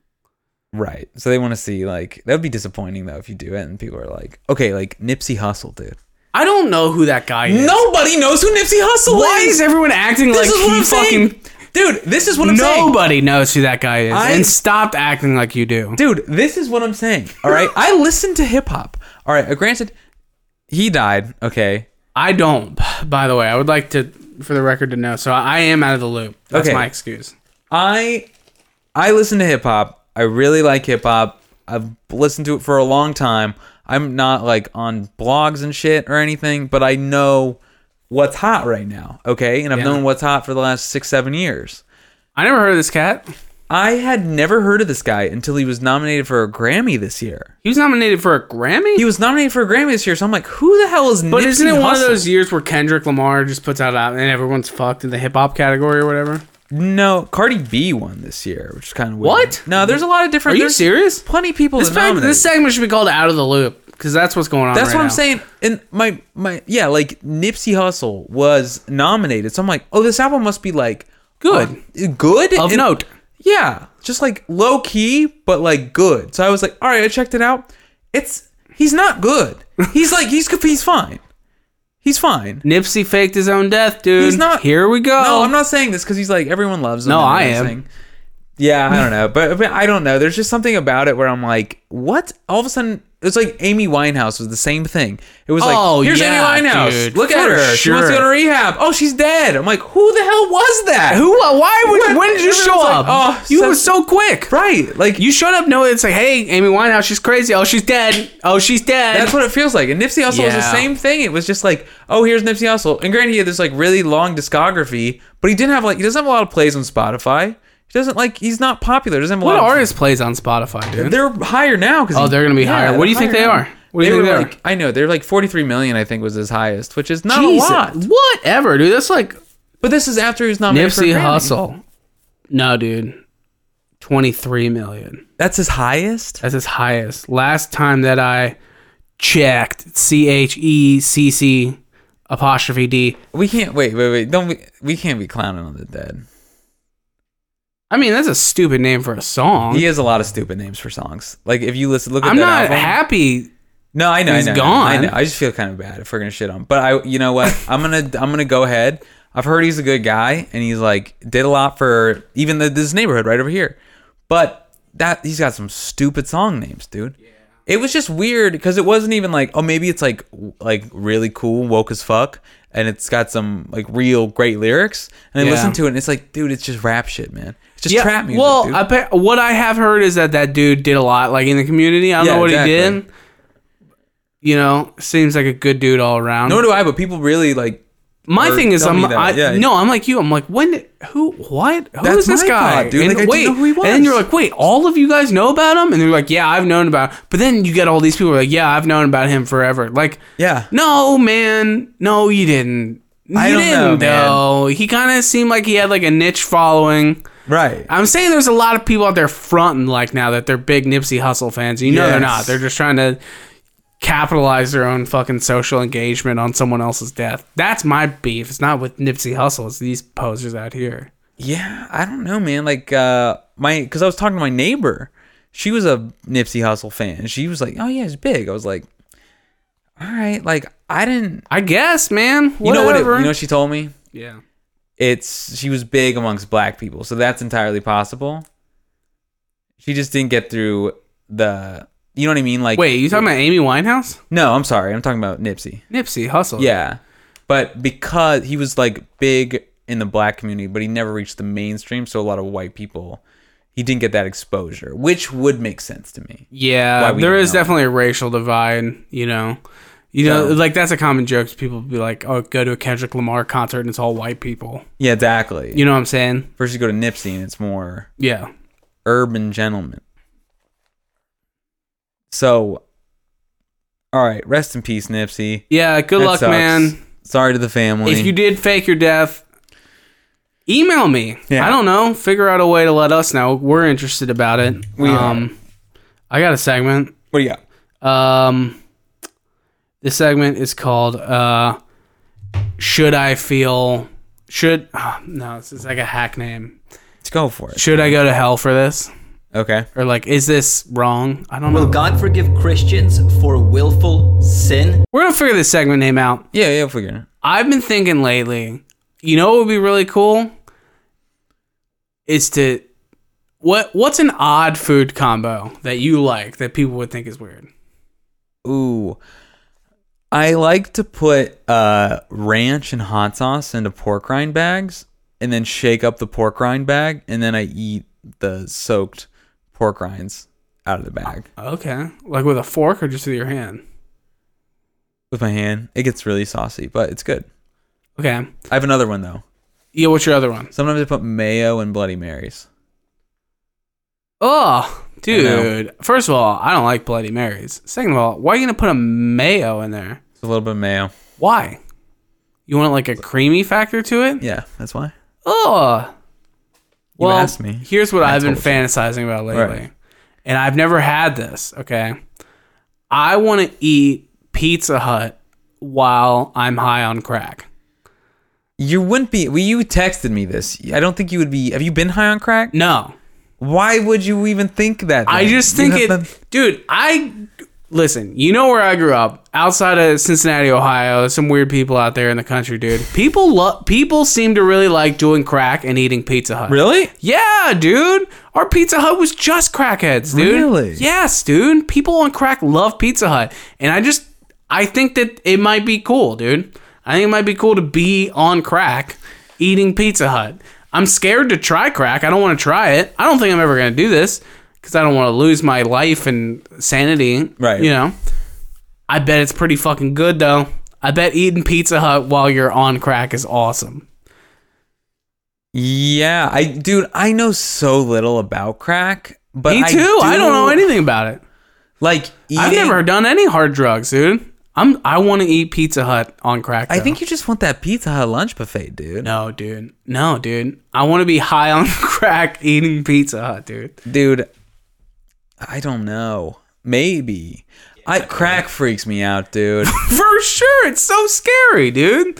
S3: right. So they want to see like that would be disappointing though if you do it and people are like, okay, like Nipsey Hussle, dude.
S2: I don't know who that guy is.
S3: Nobody knows who Nipsey Hussle
S2: why is everyone acting like he fucking?
S3: dude. This is what
S2: Nobody knows who that guy is,
S3: I-
S2: and stopped acting like you do.
S3: dude this is what i'm saying all right i listen to hip-hop all right uh, granted he died okay
S2: I don't. By the way, I would like to, for the record, to know. So I am out of the loop. That's
S3: Okay.
S2: my excuse.
S3: I I listen to hip hop. I really like hip hop. I've listened to it for a long time. I'm not like on blogs and shit or anything, but I know what's hot right now, okay? And I've
S2: Yeah.
S3: known what's hot for the last 6-7 years.
S2: I never heard of this cat.
S3: I had never heard of this guy until he was nominated for a Grammy this year.
S2: He was nominated for a Grammy.
S3: He was nominated for a Grammy this year, so I'm like, who the hell is
S2: but
S3: Nipsey
S2: isn't it one of
S3: Hussle?
S2: those years where Kendrick Lamar just puts out out and everyone's fucked in the hip hop category or whatever?
S3: No, Cardi B won this year, which is kind of weird.
S2: What?
S3: No, there's a lot of
S2: Are
S3: different.
S2: you
S3: there's
S2: serious?
S3: Plenty of people.
S2: This,
S3: that
S2: fact-
S3: nominated.
S2: this segment should be called "Out of the Loop" because that's what's going on.
S3: That's
S2: right
S3: what I'm
S2: now.
S3: saying. And my my yeah, like Nipsey Hussle was nominated. So I'm like, oh, this album must be like
S2: Good.
S3: good
S2: of
S3: and-
S2: note.
S3: Yeah, just like low key, but like good. So I was like, all right, I checked it out. It's he's not good. He's like he's he's fine. He's fine.
S2: Nipsey faked his own death, dude.
S3: He's not.
S2: Here we go.
S3: No, I'm not saying this because he's like everyone loves him.
S2: No,
S3: and
S2: I
S3: everything.
S2: am.
S3: Yeah, I don't know, but, but I don't know. There's just something about it where I'm like, what? All of a sudden, it's like Amy Winehouse was the same thing. It was like,
S2: Oh,
S3: here's
S2: yeah,
S3: Amy Winehouse.
S2: dude,
S3: Look at
S2: for
S3: her. She wants to go to
S2: sure.
S3: rehab. Oh, she's dead. I'm like, who the hell was that?
S2: Who? Why would?
S3: When-
S2: When did you show
S3: everyone's like,
S2: up?
S3: "Oh,
S2: you
S3: so-
S2: were so quick.
S3: Right, like
S2: You showed up knowing it's like, hey, Amy Winehouse, she's crazy. Oh, she's dead. Oh, she's dead.
S3: That's what it feels like. And Nipsey Hussle was the
S2: Yeah.
S3: same thing. It was just like, oh, here's Nipsey Hussle. And granted, he had this like really long discography, but he didn't have like he doesn't have a lot of plays on Spotify. He doesn't like he's not popular. Doesn't have a
S2: What
S3: lot. of-
S2: artist plays on Spotify, dude?
S3: They're higher now because
S2: Oh, they're gonna be higher. What do you think they are? What do you
S3: they
S2: think
S3: were
S2: they
S3: like I know they're like 43 million. I think was his highest, which is not
S2: Jesus.
S3: a lot.
S2: Whatever, dude. That's like
S3: But this is after he was nominated for a
S2: Nipsey
S3: Grammy.
S2: Hussle. No, dude. 23 million.
S3: That's his highest.
S2: That's his highest. Last time that I checked, C H E C C apostrophe D.
S3: We can't wait. Wait, wait. Don't we? We can't be clowning on the dead.
S2: I mean, that's a stupid name for a song.
S3: He has a lot of stupid names for songs. Like if you listen, look at
S2: I'm
S3: that
S2: not
S3: album.
S2: happy.
S3: No, I know.
S2: He's
S3: I know,
S2: gone.
S3: I know. I just feel kind of bad if we're gonna shit on. him. But I, you know what? I'm gonna I'm gonna go ahead. I've heard he's a good guy, and he's like did a lot for even the, this neighborhood right over here. But that he's got some stupid song names, dude. It was just weird because it wasn't even like oh maybe it's like w- like really cool woke as fuck and it's got some like real great lyrics and I
S2: Yeah.
S3: listened to it and it's like dude it's just rap shit man it's just trap music
S2: well,
S3: dude.
S2: appa- what I have heard is that that dude did a lot, like in the community. I don't
S3: Yeah,
S2: know what he
S3: exactly.
S2: did. You know, seems like a good dude all around.
S3: nor do I but people really like
S2: My
S3: or
S2: thing is,
S3: tell
S2: I'm
S3: me that,
S2: I,
S3: yeah.
S2: no, I'm like you. I'm like, when, who, what, who is
S3: That's
S2: this
S3: my
S2: guy?
S3: thought, dude.
S2: And
S3: Like, I didn't
S2: wait,
S3: know who he
S2: and then you're
S3: was.
S2: like, wait, all of you guys know about him, and they're like, yeah, I've known about. Him. But then you get all these people who are like, yeah, I've known about him forever. Like,
S3: Yeah.
S2: no, man, no, you didn't. You
S3: I don't know,
S2: didn't
S3: man.
S2: though. He kind of seemed like he had like a niche following.
S3: right
S2: I'm saying there's a lot of people out there fronting like now that they're big Nipsey Hustle fans. You know they're
S3: Yes.
S2: not. They're just trying to capitalize their own fucking social engagement on someone else's death. That's my beef. It's not with Nipsey Hustle. It's these posers out here.
S3: Yeah, I don't know, man. Like uh my cuz I was talking to my neighbor. She was a Nipsey Hussle fan. She was like, "Oh yeah, it's big." I was like, "All right, like I didn't
S2: I guess, man.
S3: You know what? It,
S2: Whatever.
S3: you know what she told me?
S2: yeah.
S3: It's she was big amongst black people. So that's entirely possible. She just didn't get through the you know what I mean? Like
S2: Wait, you talking about Amy Winehouse?
S3: No, I'm sorry. I'm talking about Nipsey.
S2: Nipsey Hustle.
S3: Yeah. But because he was like big in the black community, but he never reached the mainstream, so a lot of white people he didn't get that exposure, which would make sense to me.
S2: Yeah,
S3: Why we
S2: there
S3: don't
S2: is
S3: know.
S2: definitely a racial divide, you know. You know,
S3: Yeah.
S2: like that's a common joke. People be like, "Oh, go to a Kendrick Lamar concert and it's all white people."
S3: Yeah, exactly.
S2: You know what I'm saying?
S3: Versus you go to Nipsey and it's more
S2: Yeah.
S3: urban gentleman. So all right, rest in peace, Nipsey.
S2: Yeah, good
S3: That
S2: luck,
S3: sucks.
S2: man.
S3: Sorry to the family.
S2: If you did fake your death, email me.
S3: Yeah.
S2: I don't know. Figure out a way to let us know. We're interested about it. Um,
S3: We are.
S2: I got a segment.
S3: what do you got?
S2: Um, this segment is called uh, "Should I Feel." Should ah, no, this is like a hack name.
S3: Let's go for it.
S2: Should I go to hell for this,
S3: Okay.
S2: or like, is this wrong? I don't
S8: Will
S2: know.
S8: God forgive Christians for willful sin?
S2: We're gonna figure this segment name out.
S3: Yeah, yeah, figure it. out.
S2: I've been thinking lately, you know what would be really cool? Is to what what's an odd food combo that you like that people would think is weird?
S3: Ooh. I like to put uh, ranch and hot sauce into pork rind bags and then shake up the pork rind bag and then I eat the soaked pork rinds out of the bag
S2: Okay. Like with a fork or just with your hand?
S3: with my hand. It gets really saucy, but it's good.
S2: Okay.
S3: I have another one though.
S2: Yeah, what's your other one?
S3: Sometimes I put mayo and Bloody Marys.
S2: Oh,
S3: know.
S2: dude. First of all, I don't like Bloody Marys. Second of all, why are you gonna put a mayo in there?
S3: Just a little bit of mayo.
S2: Why? You want like a creamy factor to it?
S3: Yeah, that's why.
S2: Oh.
S3: You
S2: Well,
S3: asked me.
S2: here's what
S3: I
S2: I've been
S3: told you.
S2: fantasizing about lately.
S3: Right.
S2: And I've never had this, okay? I want to eat Pizza Hut while I'm high on crack.
S3: You wouldn't be. Well, you texted me this. I don't think you would be. Have you been high on crack?
S2: No.
S3: Why would you even think that?
S2: I
S3: then?
S2: just
S3: You
S2: think
S3: have
S2: it,
S3: nothing-
S2: dude. I listen. You know where I grew up, outside of Cincinnati, Ohio. There's some weird people out there in the country, dude. People love. People seem to really like doing crack and eating Pizza Hut.
S3: Really?
S2: Yeah, dude. Our Pizza Hut was just crackheads, dude.
S3: Really?
S2: Yes, dude. People on crack love Pizza Hut, and I just I think that it might be cool, dude. I think it might be cool to be on crack eating Pizza Hut. I'm scared to try crack. I don't want to try it. I don't think I'm ever going to do this because I don't want to lose my life and sanity.
S3: Right.
S2: You know. I bet it's pretty fucking good though. I bet eating Pizza Hut while you're on crack is awesome.
S3: Yeah, I dude, I know so little about crack, but
S2: Me too. I, don't know anything about it.
S3: Like, eating,
S2: I've never done any hard drugs, dude. I'm I want to eat Pizza Hut on crack.
S3: I
S2: though.
S3: think you just want that Pizza Hut lunch buffet, dude.
S2: no, dude. No, dude. I want to be high on crack eating Pizza Hut, dude.
S3: dude i don't know maybe i crack freaks me out dude
S2: For sure, it's so scary, dude.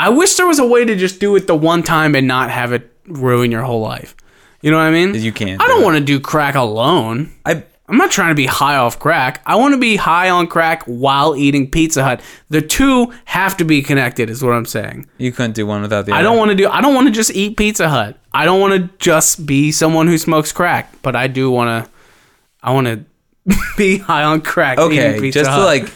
S2: I wish there was a way to just do it the one time and not have it ruin your whole life. You know what I mean?
S3: You can't
S2: I
S3: do
S2: don't
S3: it.
S2: want to do crack alone.
S3: i
S2: I'm not trying to be high off crack. I want to be high on crack while eating Pizza Hut. The two have to be connected, is what I'm saying.
S3: you couldn't do one without the
S2: I
S3: other.
S2: don't want to do. I don't want to just eat Pizza Hut. I don't want to just be someone who smokes crack. But I do want to. I want to be high on crack. eating
S3: okay
S2: Pizza
S3: just to
S2: Hut.
S3: like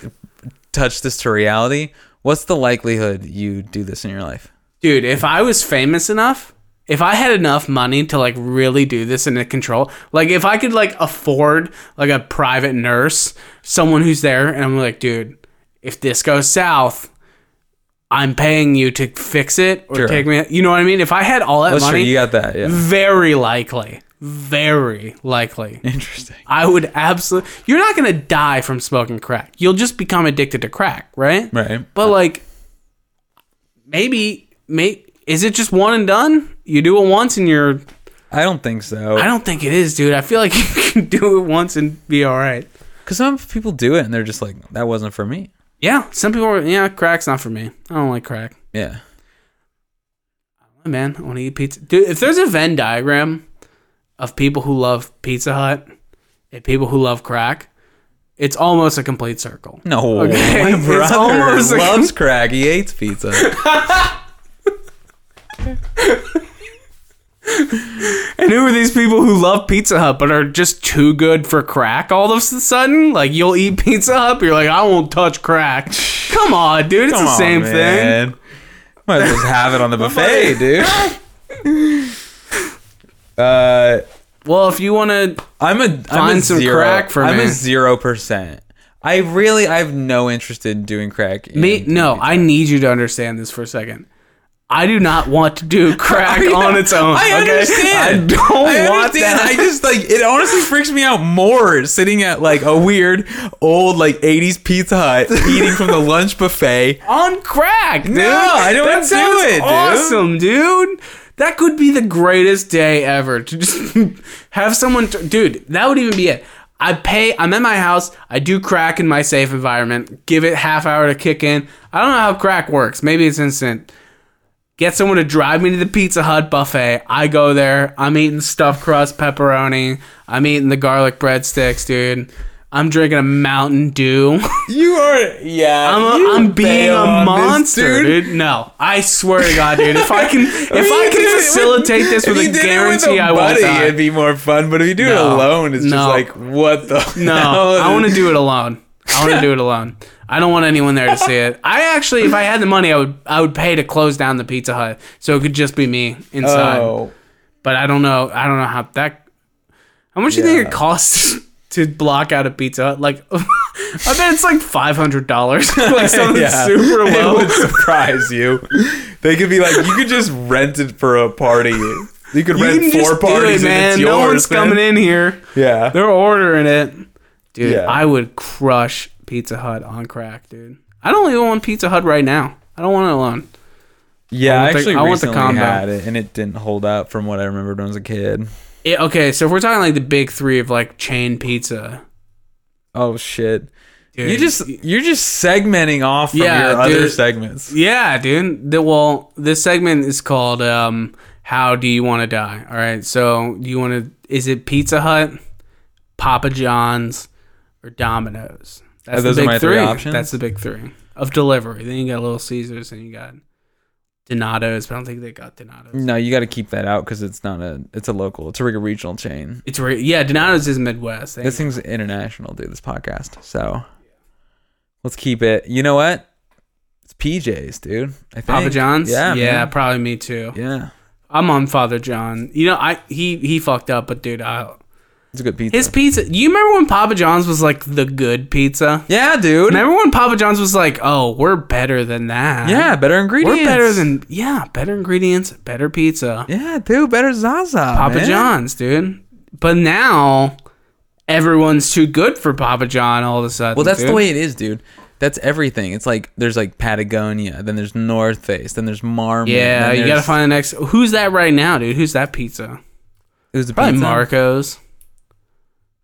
S3: touch this to reality what's the likelihood you do this in your life
S2: dude, if I was famous enough, if I had enough money to like really do this and to control, like if I could like afford like a private nurse, someone who's there, and I'm like, dude, if this goes south. I'm paying you to fix it or
S3: Sure.
S2: take me. You know what I mean? If I had all that
S3: that's true
S2: money,
S3: you got that yeah
S2: very likely, very likely.
S3: interesting
S2: I would absolutely. You're not gonna die from smoking crack. You'll just become addicted to crack, right?
S3: right
S2: But like, maybe, may is it just one and done? You do it once and you're.
S3: i don't think
S2: I
S3: so
S2: don't think it is, dude. I feel like you can do it once and be all right.
S3: because some people do it and they're just like that wasn't for me
S2: Yeah, some people are. Yeah, crack's not for me. I don't like crack.
S3: yeah
S2: Oh, man, I want to eat pizza. Dude, if there's a Venn diagram of people who love Pizza Hut and people who love crack, it's almost a complete circle.
S3: no
S2: Okay,
S3: my
S2: it's
S3: brother
S2: almost like-
S3: loves crack he hates pizza
S2: And who are these people who love Pizza Hut but are just too good for crack all of a sudden? Like, you'll eat Pizza Hut, but you're like, I won't touch crack. Come on, dude. It's
S3: Come
S2: the
S3: on,
S2: same thing.
S3: man. Might as well just have it on the buffet, dude. Uh,
S2: Well, if you want to.
S3: I'm a am a
S2: Find some
S3: zero.
S2: crack for
S3: I'm
S2: me.
S3: a zero percent. I really, I have no interest in doing crack. in-
S2: Me, no, I need you to understand this for a second. I do not want to do crack on its own.
S3: I
S2: okay?
S3: understand.
S2: I don't want
S3: understand.
S2: that.
S3: I just like it. Honestly, freaks me out more sitting at like a weird old like '80s Pizza Hut eating from the lunch buffet.
S2: on crack, dude.
S3: I don't do
S2: sounds
S3: it, dude.
S2: Awesome, dude. That could be the greatest day ever to just have someone, t- dude. That would even be it. I pay. I'm at my house. I do crack in my safe environment. Give it half hour to kick in. I don't know how crack works. Maybe it's instant. Get someone to drive me to the Pizza Hut buffet. I go there. I'm eating stuffed crust pepperoni. I'm eating the garlic breadsticks, dude. I'm drinking a Mountain Dew.
S3: You are, yeah.
S2: I'm,
S3: you
S2: a, I'm being
S3: bail
S2: a
S3: on this,
S2: monster, dude. No, I swear to God, dude. If I can, if I
S3: you did it
S2: can
S3: with-
S2: facilitate this
S3: If
S2: with
S3: you
S2: a
S3: did it
S2: guarantee,
S3: with a
S2: I won't
S3: buddy,
S2: die.
S3: It'd be more fun, but if you do it
S2: No.
S3: alone, it's
S2: No.
S3: just like what the.
S2: no, I want to do it alone. I want to do it alone. I don't want anyone there to see it. I actually, if I had the money, I would, I would pay to close down the Pizza Hut so it could just be me inside.
S3: Oh,
S2: But I don't know. I don't know how that. How much do you think
S3: Yeah.
S2: it costs to block out a Pizza Hut? Like, I bet it's like five hundred dollars. like something
S3: yeah.
S2: super low.
S3: It would surprise you. They could be like, you could just rent it for a party. You could
S2: You
S3: rent
S2: can
S3: four
S2: just do
S3: parties
S2: it, man.
S3: and it's yours.
S2: no one's
S3: man.
S2: coming in here.
S3: Yeah.
S2: They're ordering it. Dude,
S3: Yeah.
S2: I would crush Pizza Hut on crack, dude. I don't even want Pizza Hut right now. I don't want it alone.
S3: yeah,
S2: I
S3: I,
S2: want the-
S3: actually
S2: I want the
S3: recently
S2: combo.
S3: had it, and it didn't hold up from what I remembered when I was a kid.
S2: It- okay, so if we're talking like the big three of like chain pizza,
S3: Oh shit. You just you're just segmenting off from
S2: Yeah,
S3: your other
S2: dude.
S3: segments.
S2: Yeah, dude. The, well, this segment is called um, "How Do You Want to Die?" All right. So, do you want to? Is it Pizza Hut, Papa John's, or Domino's? That's
S3: those are my three options?
S2: That's the big three of delivery. Then you got Little Caesars, and you got Donatos. But I don't think they got Donatos.
S3: No, you got to keep that out because it's not a it's a local. It's a like a regional chain.
S2: It's re- yeah, Donatos is Midwest. They
S3: This thing's international, dude. This podcast. So let's keep it. You know what? It's PJs, dude. I think.
S2: Papa John's.
S3: Yeah.
S2: yeah,
S3: man.
S2: probably me too.
S3: Yeah.
S2: I'm on Father John. You know, I he he fucked up, but dude, I
S3: It's a good pizza.
S2: his pizza. You remember when Papa John's was like the good pizza?
S3: yeah, dude.
S2: Remember when Papa John's was like, "Oh, we're better than that."
S3: Yeah, better ingredients.
S2: we're better than yeah, better ingredients, better pizza.
S3: Yeah, dude. Better Zaza.
S2: Papa
S3: man.
S2: John's, dude. But now everyone's too good for Papa John. All of a sudden,
S3: Well, that's the
S2: dude.
S3: way it is, dude. That's everything. It's like there's like Patagonia, then there's North Face, then there's Marmot.
S2: Yeah, you
S3: then
S2: gotta
S3: there's-
S2: find the next. Who's that right now, dude? Who's that pizza?
S3: It was a
S2: Probably
S3: pizza?
S2: Marcos.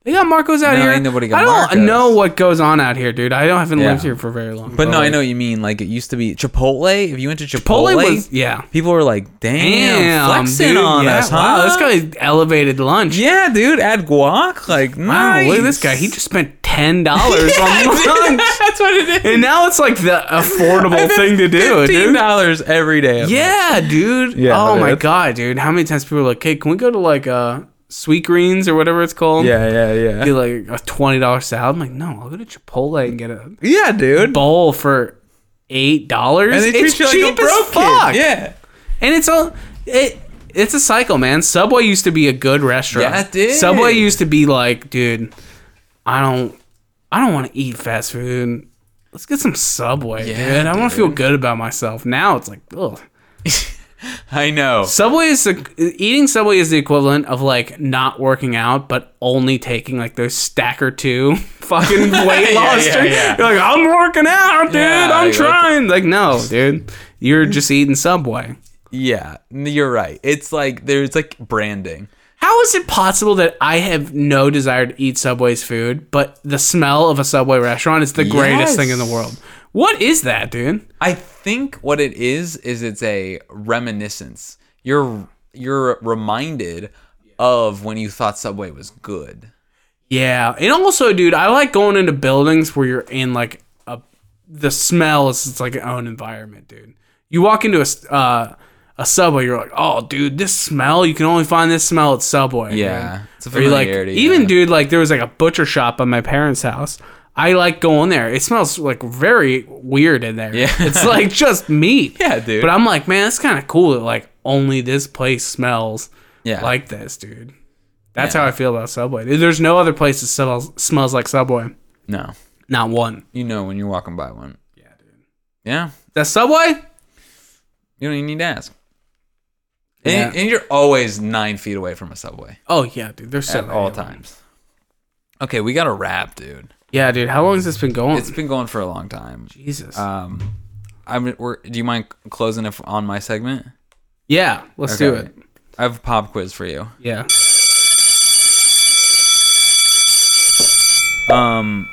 S2: They got Marcos out
S3: No,
S2: here.
S3: ain't nobody got
S2: I don't
S3: Marcos.
S2: know what goes on out here, dude. I don't haven't lived
S3: Yeah.
S2: here for very long.
S3: But no, I
S2: like,
S3: know what you mean. Like it used to be Chipotle. If you went to Chipotle,
S2: Chipotle was yeah.
S3: people were like, "Damn,
S2: Damn,
S3: flexing
S2: dude.
S3: on
S2: Yeah,
S3: us, huh?"
S2: Wow, this guy elevated lunch.
S3: yeah, dude, add guac. Like,
S2: Wow,
S3: nice.
S2: look at this guy. He just spent ten dollars on lunch,
S3: That's what it is.
S2: and now it's like the affordable thing to do,
S3: Fifteen
S2: dude.
S3: dollars every day. of it.
S2: Yeah, dude.
S3: Yeah,
S2: oh my
S3: that's-
S2: god, dude. How many times people are like, "Hey, can we go to like uh, Sweet Greens or whatever it's called?"
S3: yeah, yeah, yeah.
S2: Get like a twenty dollar salad. I'm like, no, I'll go to Chipotle and get a
S3: Yeah, dude.
S2: bowl for eight dollars.
S3: And they treat
S2: It's
S3: you like
S2: cheap
S3: a broke
S2: as
S3: kid.
S2: fuck.
S3: Yeah.
S2: and it's all it. It's a cycle, man. Subway used to be a good restaurant.
S3: Yeah, it did.
S2: Subway used to be like, dude, I don't, I don't want to eat fast food. Let's get some Subway, dude. I want to feel good about myself. Now it's like, ugh.
S3: I know.
S2: Subway is the, eating Subway is the equivalent of like not working out, but only taking like those stack or two fucking weight
S3: Yeah,
S2: loss.
S3: yeah,
S2: drink.
S3: yeah.
S2: You're like, I'm working out, dude.
S3: Yeah,
S2: I'm
S3: like,
S2: trying. Like, no, dude, you're just eating Subway.
S3: Yeah, n- you're right. It's like there's like branding.
S2: How is it possible that I have no desire to eat Subway's food, but the smell of a Subway restaurant is the greatest
S3: Yes.
S2: thing in the world? What is that, dude?
S3: I think what it is is it's a reminiscence. You're you're reminded of when you thought Subway was good.
S2: Yeah, and also, dude, I like going into buildings where you're in like a the smell is it's like an own environment, dude. You walk into a s- uh, a Subway, you're like, oh, dude, this smell. You can only find this smell at Subway.
S3: Yeah,
S2: dude.
S3: it's a
S2: Or you, like
S3: familiarity,
S2: even
S3: yeah.
S2: dude, like there was like a butcher shop at my parents' house. I like going there. It smells like very weird in there.
S3: Yeah.
S2: it's like just meat.
S3: Yeah, dude.
S2: But I'm like, man, it's kind of cool that like only this place smells
S3: Yeah.
S2: like this, dude. That's how I feel about Subway. There's no other place that smells smells like Subway.
S3: No.
S2: Not one.
S3: You know when you're walking by one. Yeah, dude. Yeah.
S2: That Subway?
S3: You don't even need to ask. And,
S2: Yeah.
S3: and you're always nine feet away from a Subway
S2: Oh yeah, dude. There's so
S3: at all
S2: many.
S3: times. Okay, we got a wrap, dude.
S2: Yeah, dude. How long has this been going?
S3: It's been going for a long time.
S2: Jesus.
S3: Um, I'm. We're, do you mind closing if on my segment?
S2: yeah, let's do
S3: Okay.
S2: it.
S3: I have a pop quiz for you.
S2: Yeah.
S3: Um,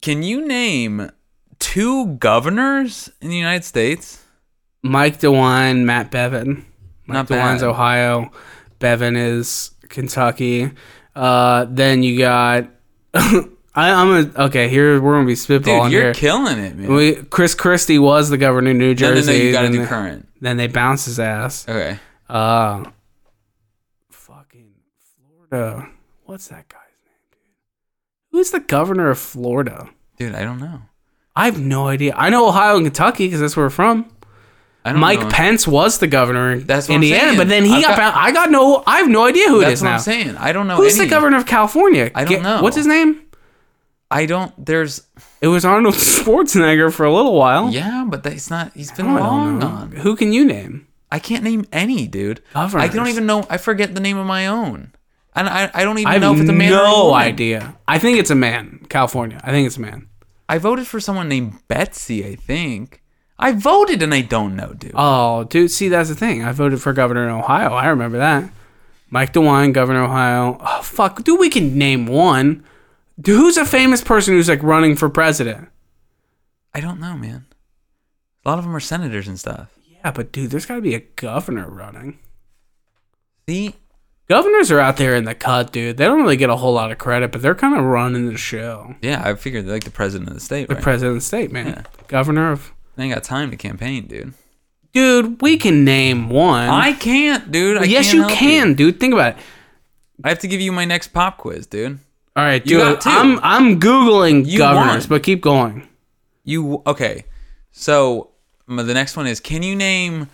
S3: can you name two governors in the United States?
S2: Mike DeWine, Matt Bevin. Mike
S3: Not
S2: DeWine's
S3: bad.
S2: Ohio. Bevin is Kentucky. Uh, then you got. I, I'm a okay. Here we're gonna be spitballing
S3: Dude, you're
S2: here.
S3: killing it, man.
S2: we, Chris Christie was the governor of New
S3: no, no, no,
S2: Jersey.
S3: you gotta
S2: then
S3: do
S2: they-
S3: current.
S2: Then they bounce his ass.
S3: Okay.
S2: Uh, fucking Florida. What's that guy's name, dude? Who's the governor of Florida?
S3: Dude, I don't know.
S2: I have no idea. I know Ohio and Kentucky because that's where we're from.
S3: I don't
S2: Mike
S3: know.
S2: Pence was the governor in
S3: That's what I'm
S2: Indiana,
S3: saying.
S2: but then he
S3: I've
S2: got,
S3: got-
S2: bound. I got no. I have no idea who it
S3: That's
S2: is
S3: what
S2: now.
S3: I'm saying. I don't know.
S2: Who's
S3: any.
S2: the governor of California?
S3: I don't
S2: Get-
S3: know.
S2: What's his name?
S3: I don't. There's.
S2: It was Arnold Schwarzenegger for a little while.
S3: Yeah, but that's not. He's been
S2: I don't
S3: long
S2: know.
S3: gone.
S2: Who can you name?
S3: I can't name any, dude. I don't
S2: Governors.
S3: even know. I forget the name of my own. And I, I don't even
S2: I have
S3: know if it's a man or a
S2: no
S3: woman.
S2: idea. I think it's a man. California. I think it's a man.
S3: I voted for someone named Betsy, I think. I voted and I don't know, dude.
S2: Oh, dude, see that's the thing. I voted for governor in Ohio. I remember that. Mike DeWine, governor of Ohio. Oh, fuck, dude, we can name one. Who's a famous person who's like running for president?
S3: I don't know, man. A lot of them are senators and stuff.
S2: Yeah, but dude, there's got to be a governor running.
S3: See,
S2: Governors are out there in the cut, dude. They don't really get a whole lot of credit, but they're kind of running the show.
S3: yeah, I figured they're like the president of the state,
S2: The
S3: right?
S2: president of the state, man. Governor of.
S3: they ain't got time to campaign, dude.
S2: Dude, we can name one.
S3: I can't, dude. I
S2: yes,
S3: can't
S2: you
S3: help
S2: can, dude. Think about it.
S3: I have to give you my next pop quiz, dude.
S2: All right,
S3: You
S2: dude.
S3: got two.
S2: I'm I'm googling
S3: You
S2: governors,
S3: won.
S2: but keep going.
S3: You okay? So m- the next one is: Can you name?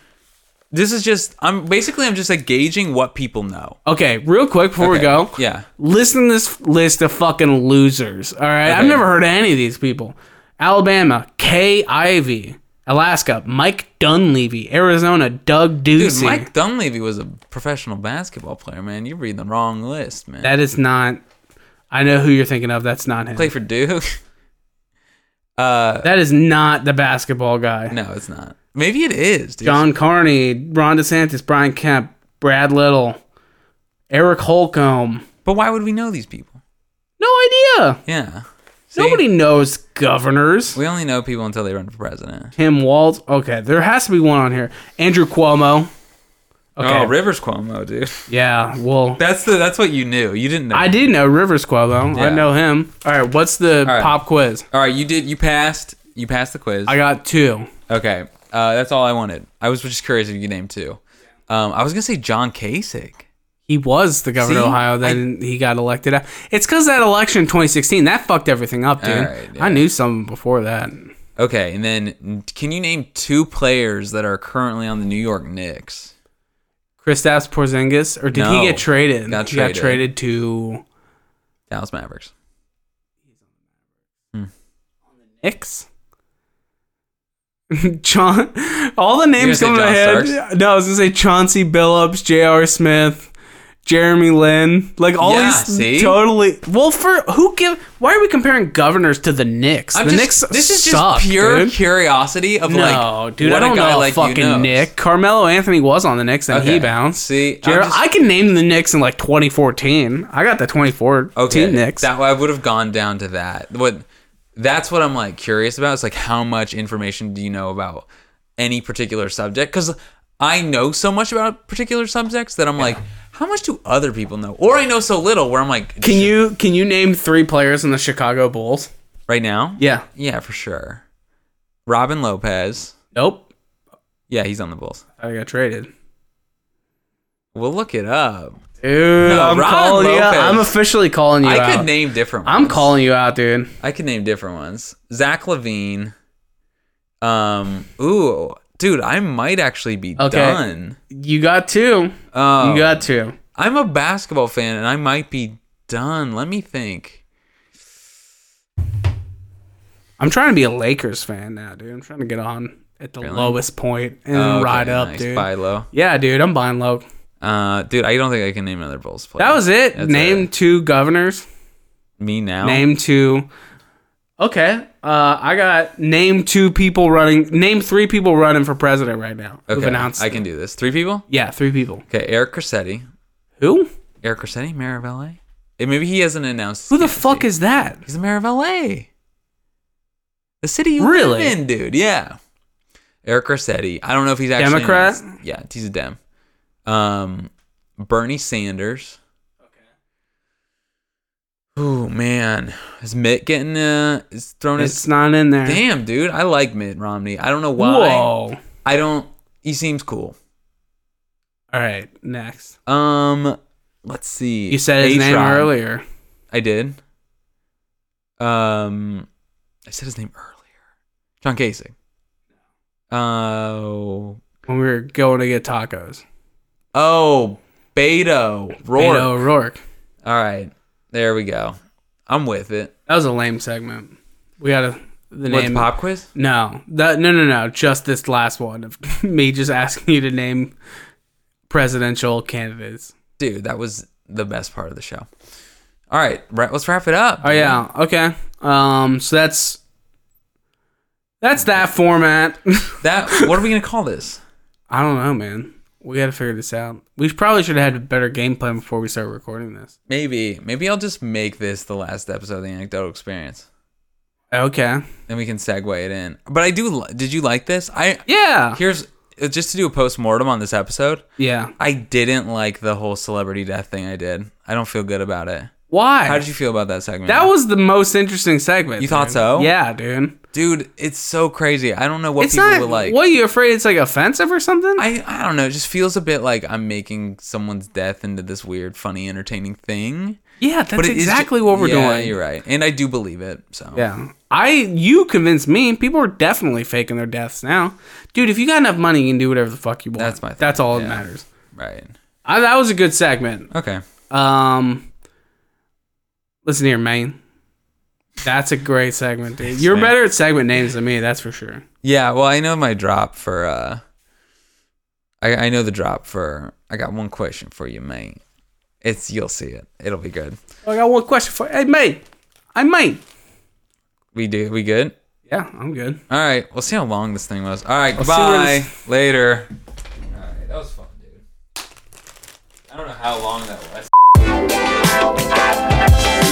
S3: This is just. I'm basically. I'm just like gauging what people know.
S2: Okay, real quick before we
S3: Okay,
S2: go.
S3: yeah.
S2: Listen to this list of fucking losers. All right. I've
S3: Okay.
S2: never heard of any of these people. Alabama, Kay Ivey. Alaska, Mike Dunleavy. Arizona, Doug
S3: Dude,
S2: Ducey.
S3: Mike Dunleavy was a professional basketball player, man. You're reading the wrong list, man.
S2: that is not. I know who you're thinking of. That's not him.
S3: Play for Duke. uh,
S2: That is not the basketball guy.
S3: no, it's not. Maybe it is, dude.
S2: John Carney, Ron DeSantis, Brian Kemp, Brad Little, Eric Holcomb.
S3: But why would we know these people?
S2: No idea.
S3: Yeah. See?
S2: Nobody knows governors.
S3: We only know people until they run for president.
S2: Tim Walz. Okay, there has to be one on here. Andrew Cuomo.
S3: Oh, Rivers Cuomo, dude.
S2: Yeah, well,
S3: That's the that's what you knew. You didn't know.
S2: I did know Rivers Cuomo. I
S3: Yeah.
S2: know him. All right, what's the
S3: right.
S2: pop quiz?
S3: All right, you did. You passed. You passed the quiz.
S2: I got two.
S3: okay, uh, that's all I wanted. I was just curious if you could name two. Um, I was gonna say John Kasich.
S2: He was the governor of
S3: See?
S2: Ohio. Then he got elected. out. It's because that election in 2016 that fucked everything up, dude.
S3: All right, yeah.
S2: I knew some before that.
S3: Okay, and then can you name two players that are currently on the New York Knicks?
S2: Kristaps Porzingis, or did
S3: No.
S2: he get traded?
S3: Got
S2: he
S3: traded.
S2: got traded to
S3: Dallas Mavericks.
S2: Knicks. John, all the names
S3: You're
S2: coming
S3: gonna say John
S2: ahead. No, I was gonna say Chauncey Billups, J.R. Smith, Jeremy Lin, like all
S3: Yeah,
S2: these
S3: see?
S2: totally. Well, for who give? Why are we comparing governors to the Knicks?
S3: I'm
S2: the
S3: just,
S2: Knicks.
S3: this is just
S2: suck,
S3: pure
S2: dude.
S3: curiosity of
S2: No,
S3: like
S2: dude,
S3: what
S2: I don't
S3: a guy
S2: know
S3: like you
S2: fucking
S3: knows.
S2: Nick. Carmelo Anthony was on the Knicks and
S3: Okay,
S2: he bounced.
S3: see, I'm
S2: Jared,
S3: just-
S2: I can name the Knicks in like 2014. I got the 2014
S3: Okay,
S2: Knicks.
S3: That I would have gone down to that. What that's what I'm like curious about. It's like how much information do you know about any particular subject? Because I know so much about particular subjects that I'm like, how much do other people know? Or I know so little where I'm like,
S2: can you can you name three players in the Chicago Bulls?
S3: right now?
S2: Yeah.
S3: yeah, for sure. Robin Lopez.
S2: Nope.
S3: Yeah, he's on the Bulls.
S2: I got traded.
S3: We'll look it up.
S2: Dude,
S3: No,
S2: I'm
S3: Ron
S2: calling you out.
S3: Lopez.
S2: I'm officially calling you
S3: I
S2: out.
S3: could name different. Ones.
S2: I'm calling you out, dude.
S3: I could name different ones. Zach Levine. Um. Ooh, dude, I might actually be
S2: Okay.
S3: done.
S2: You got two.
S3: Oh,
S2: You got two.
S3: I'm a basketball fan, and I might be done. Let me think.
S2: I'm trying to be a Lakers fan now, dude. I'm trying to get on at the lowest point and
S3: Oh, okay,
S2: ride up,
S3: nice.
S2: dude.
S3: Buy low.
S2: Yeah, dude. I'm buying low.
S3: Uh, dude, I don't think I can name another Bulls player.
S2: That was it.
S3: That's
S2: name two governors.
S3: me now.
S2: Name two. Okay. Uh, I got name two people running. Name three people running for president right now.
S3: Okay,
S2: Who've announced?
S3: I can do this. Three people.
S2: Yeah, three people.
S3: Okay, Eric Corsetti.
S2: Who?
S3: Eric Corsetti, mayor of LA. Eh, Maybe he hasn't announced.
S2: Who
S3: his
S2: the fuck
S3: candidacy.
S2: is that?
S3: He's the mayor of LA. The city you really?
S2: Really?
S3: live in, dude. Yeah. Eric Garcetti. I don't know if he's actually
S2: Democrat?
S3: announced- Yeah, he's a Dem. Um, Bernie Sanders. Okay. Oh man, is Mitt getting uh is thrown
S2: It's
S3: his?
S2: not in there.
S3: Damn, dude, I like Mitt Romney. I don't know why.
S2: Whoa.
S3: I don't. He seems cool.
S2: All right. Next.
S3: Um, let's see.
S2: You said his name
S3: A-Tron.
S2: earlier.
S3: I did. Um, I said his name earlier. John Kasich. Oh,
S2: when we were going to get tacos.
S3: oh, Beto Roar.
S2: Beto O'Rourke.
S3: All right, there we go. I'm with it.
S2: That was a lame segment. We gotta the
S3: What's
S2: name.
S3: pop quiz?
S2: No, that no no no. Just this last one of me just asking you to name presidential candidates.
S3: Dude, that was the best part of the show. All right, right. Let's wrap it up.
S2: Oh yeah, okay. Um, so that's that's that format.
S3: That. What are we gonna call this?
S2: I don't know, man. We got to figure this out. We probably should have had a better game plan before we started recording this.
S3: Maybe, maybe I'll just make this the last episode of the anecdotal experience.
S2: Okay.
S3: Then we can segue it in. But I do. li- Did you like this? I
S2: Yeah.
S3: here's uh, just to do a post mortem on this episode.
S2: Yeah.
S3: I didn't like the whole celebrity death thing. I did. I don't feel good about it.
S2: Why?
S3: How did you feel about that segment?
S2: That was the most interesting segment.
S3: You thought
S2: dude.
S3: so?
S2: Yeah, dude.
S3: dude. It's so crazy. I don't know what
S2: it's
S3: people
S2: not.
S3: would like.
S2: What are you afraid? It's like offensive or something?
S3: I, I don't know. It just feels a bit like I'm making someone's death into this weird, funny, entertaining thing.
S2: yeah, that's
S3: it is ju-
S2: exactly what we're
S3: Yeah,
S2: doing.
S3: You're right, and I do believe it. So
S2: Yeah. I you convinced me. People are definitely faking their deaths now, dude. If you got enough money, you can do whatever the fuck you want.
S3: That's my thing,
S2: That's all
S3: yeah.
S2: that matters.
S3: right.
S2: I, that was a good segment.
S3: Okay.
S2: Um, listen here, man. That's a great segment, dude. You're
S3: man.
S2: better at segment names than me. That's for sure.
S3: Yeah. Well, I know my drop for. uh I I know the drop for. I got one question for you, mate. It's you'll see it. It'll be good.
S2: I got one question for. Hey, mate. I might.
S3: We do. We good.
S2: Yeah, I'm good.
S3: All right. We'll see how long this thing was. All right.
S2: see where
S3: Goodbye. Later. All right. That was fun, dude. I don't know how long that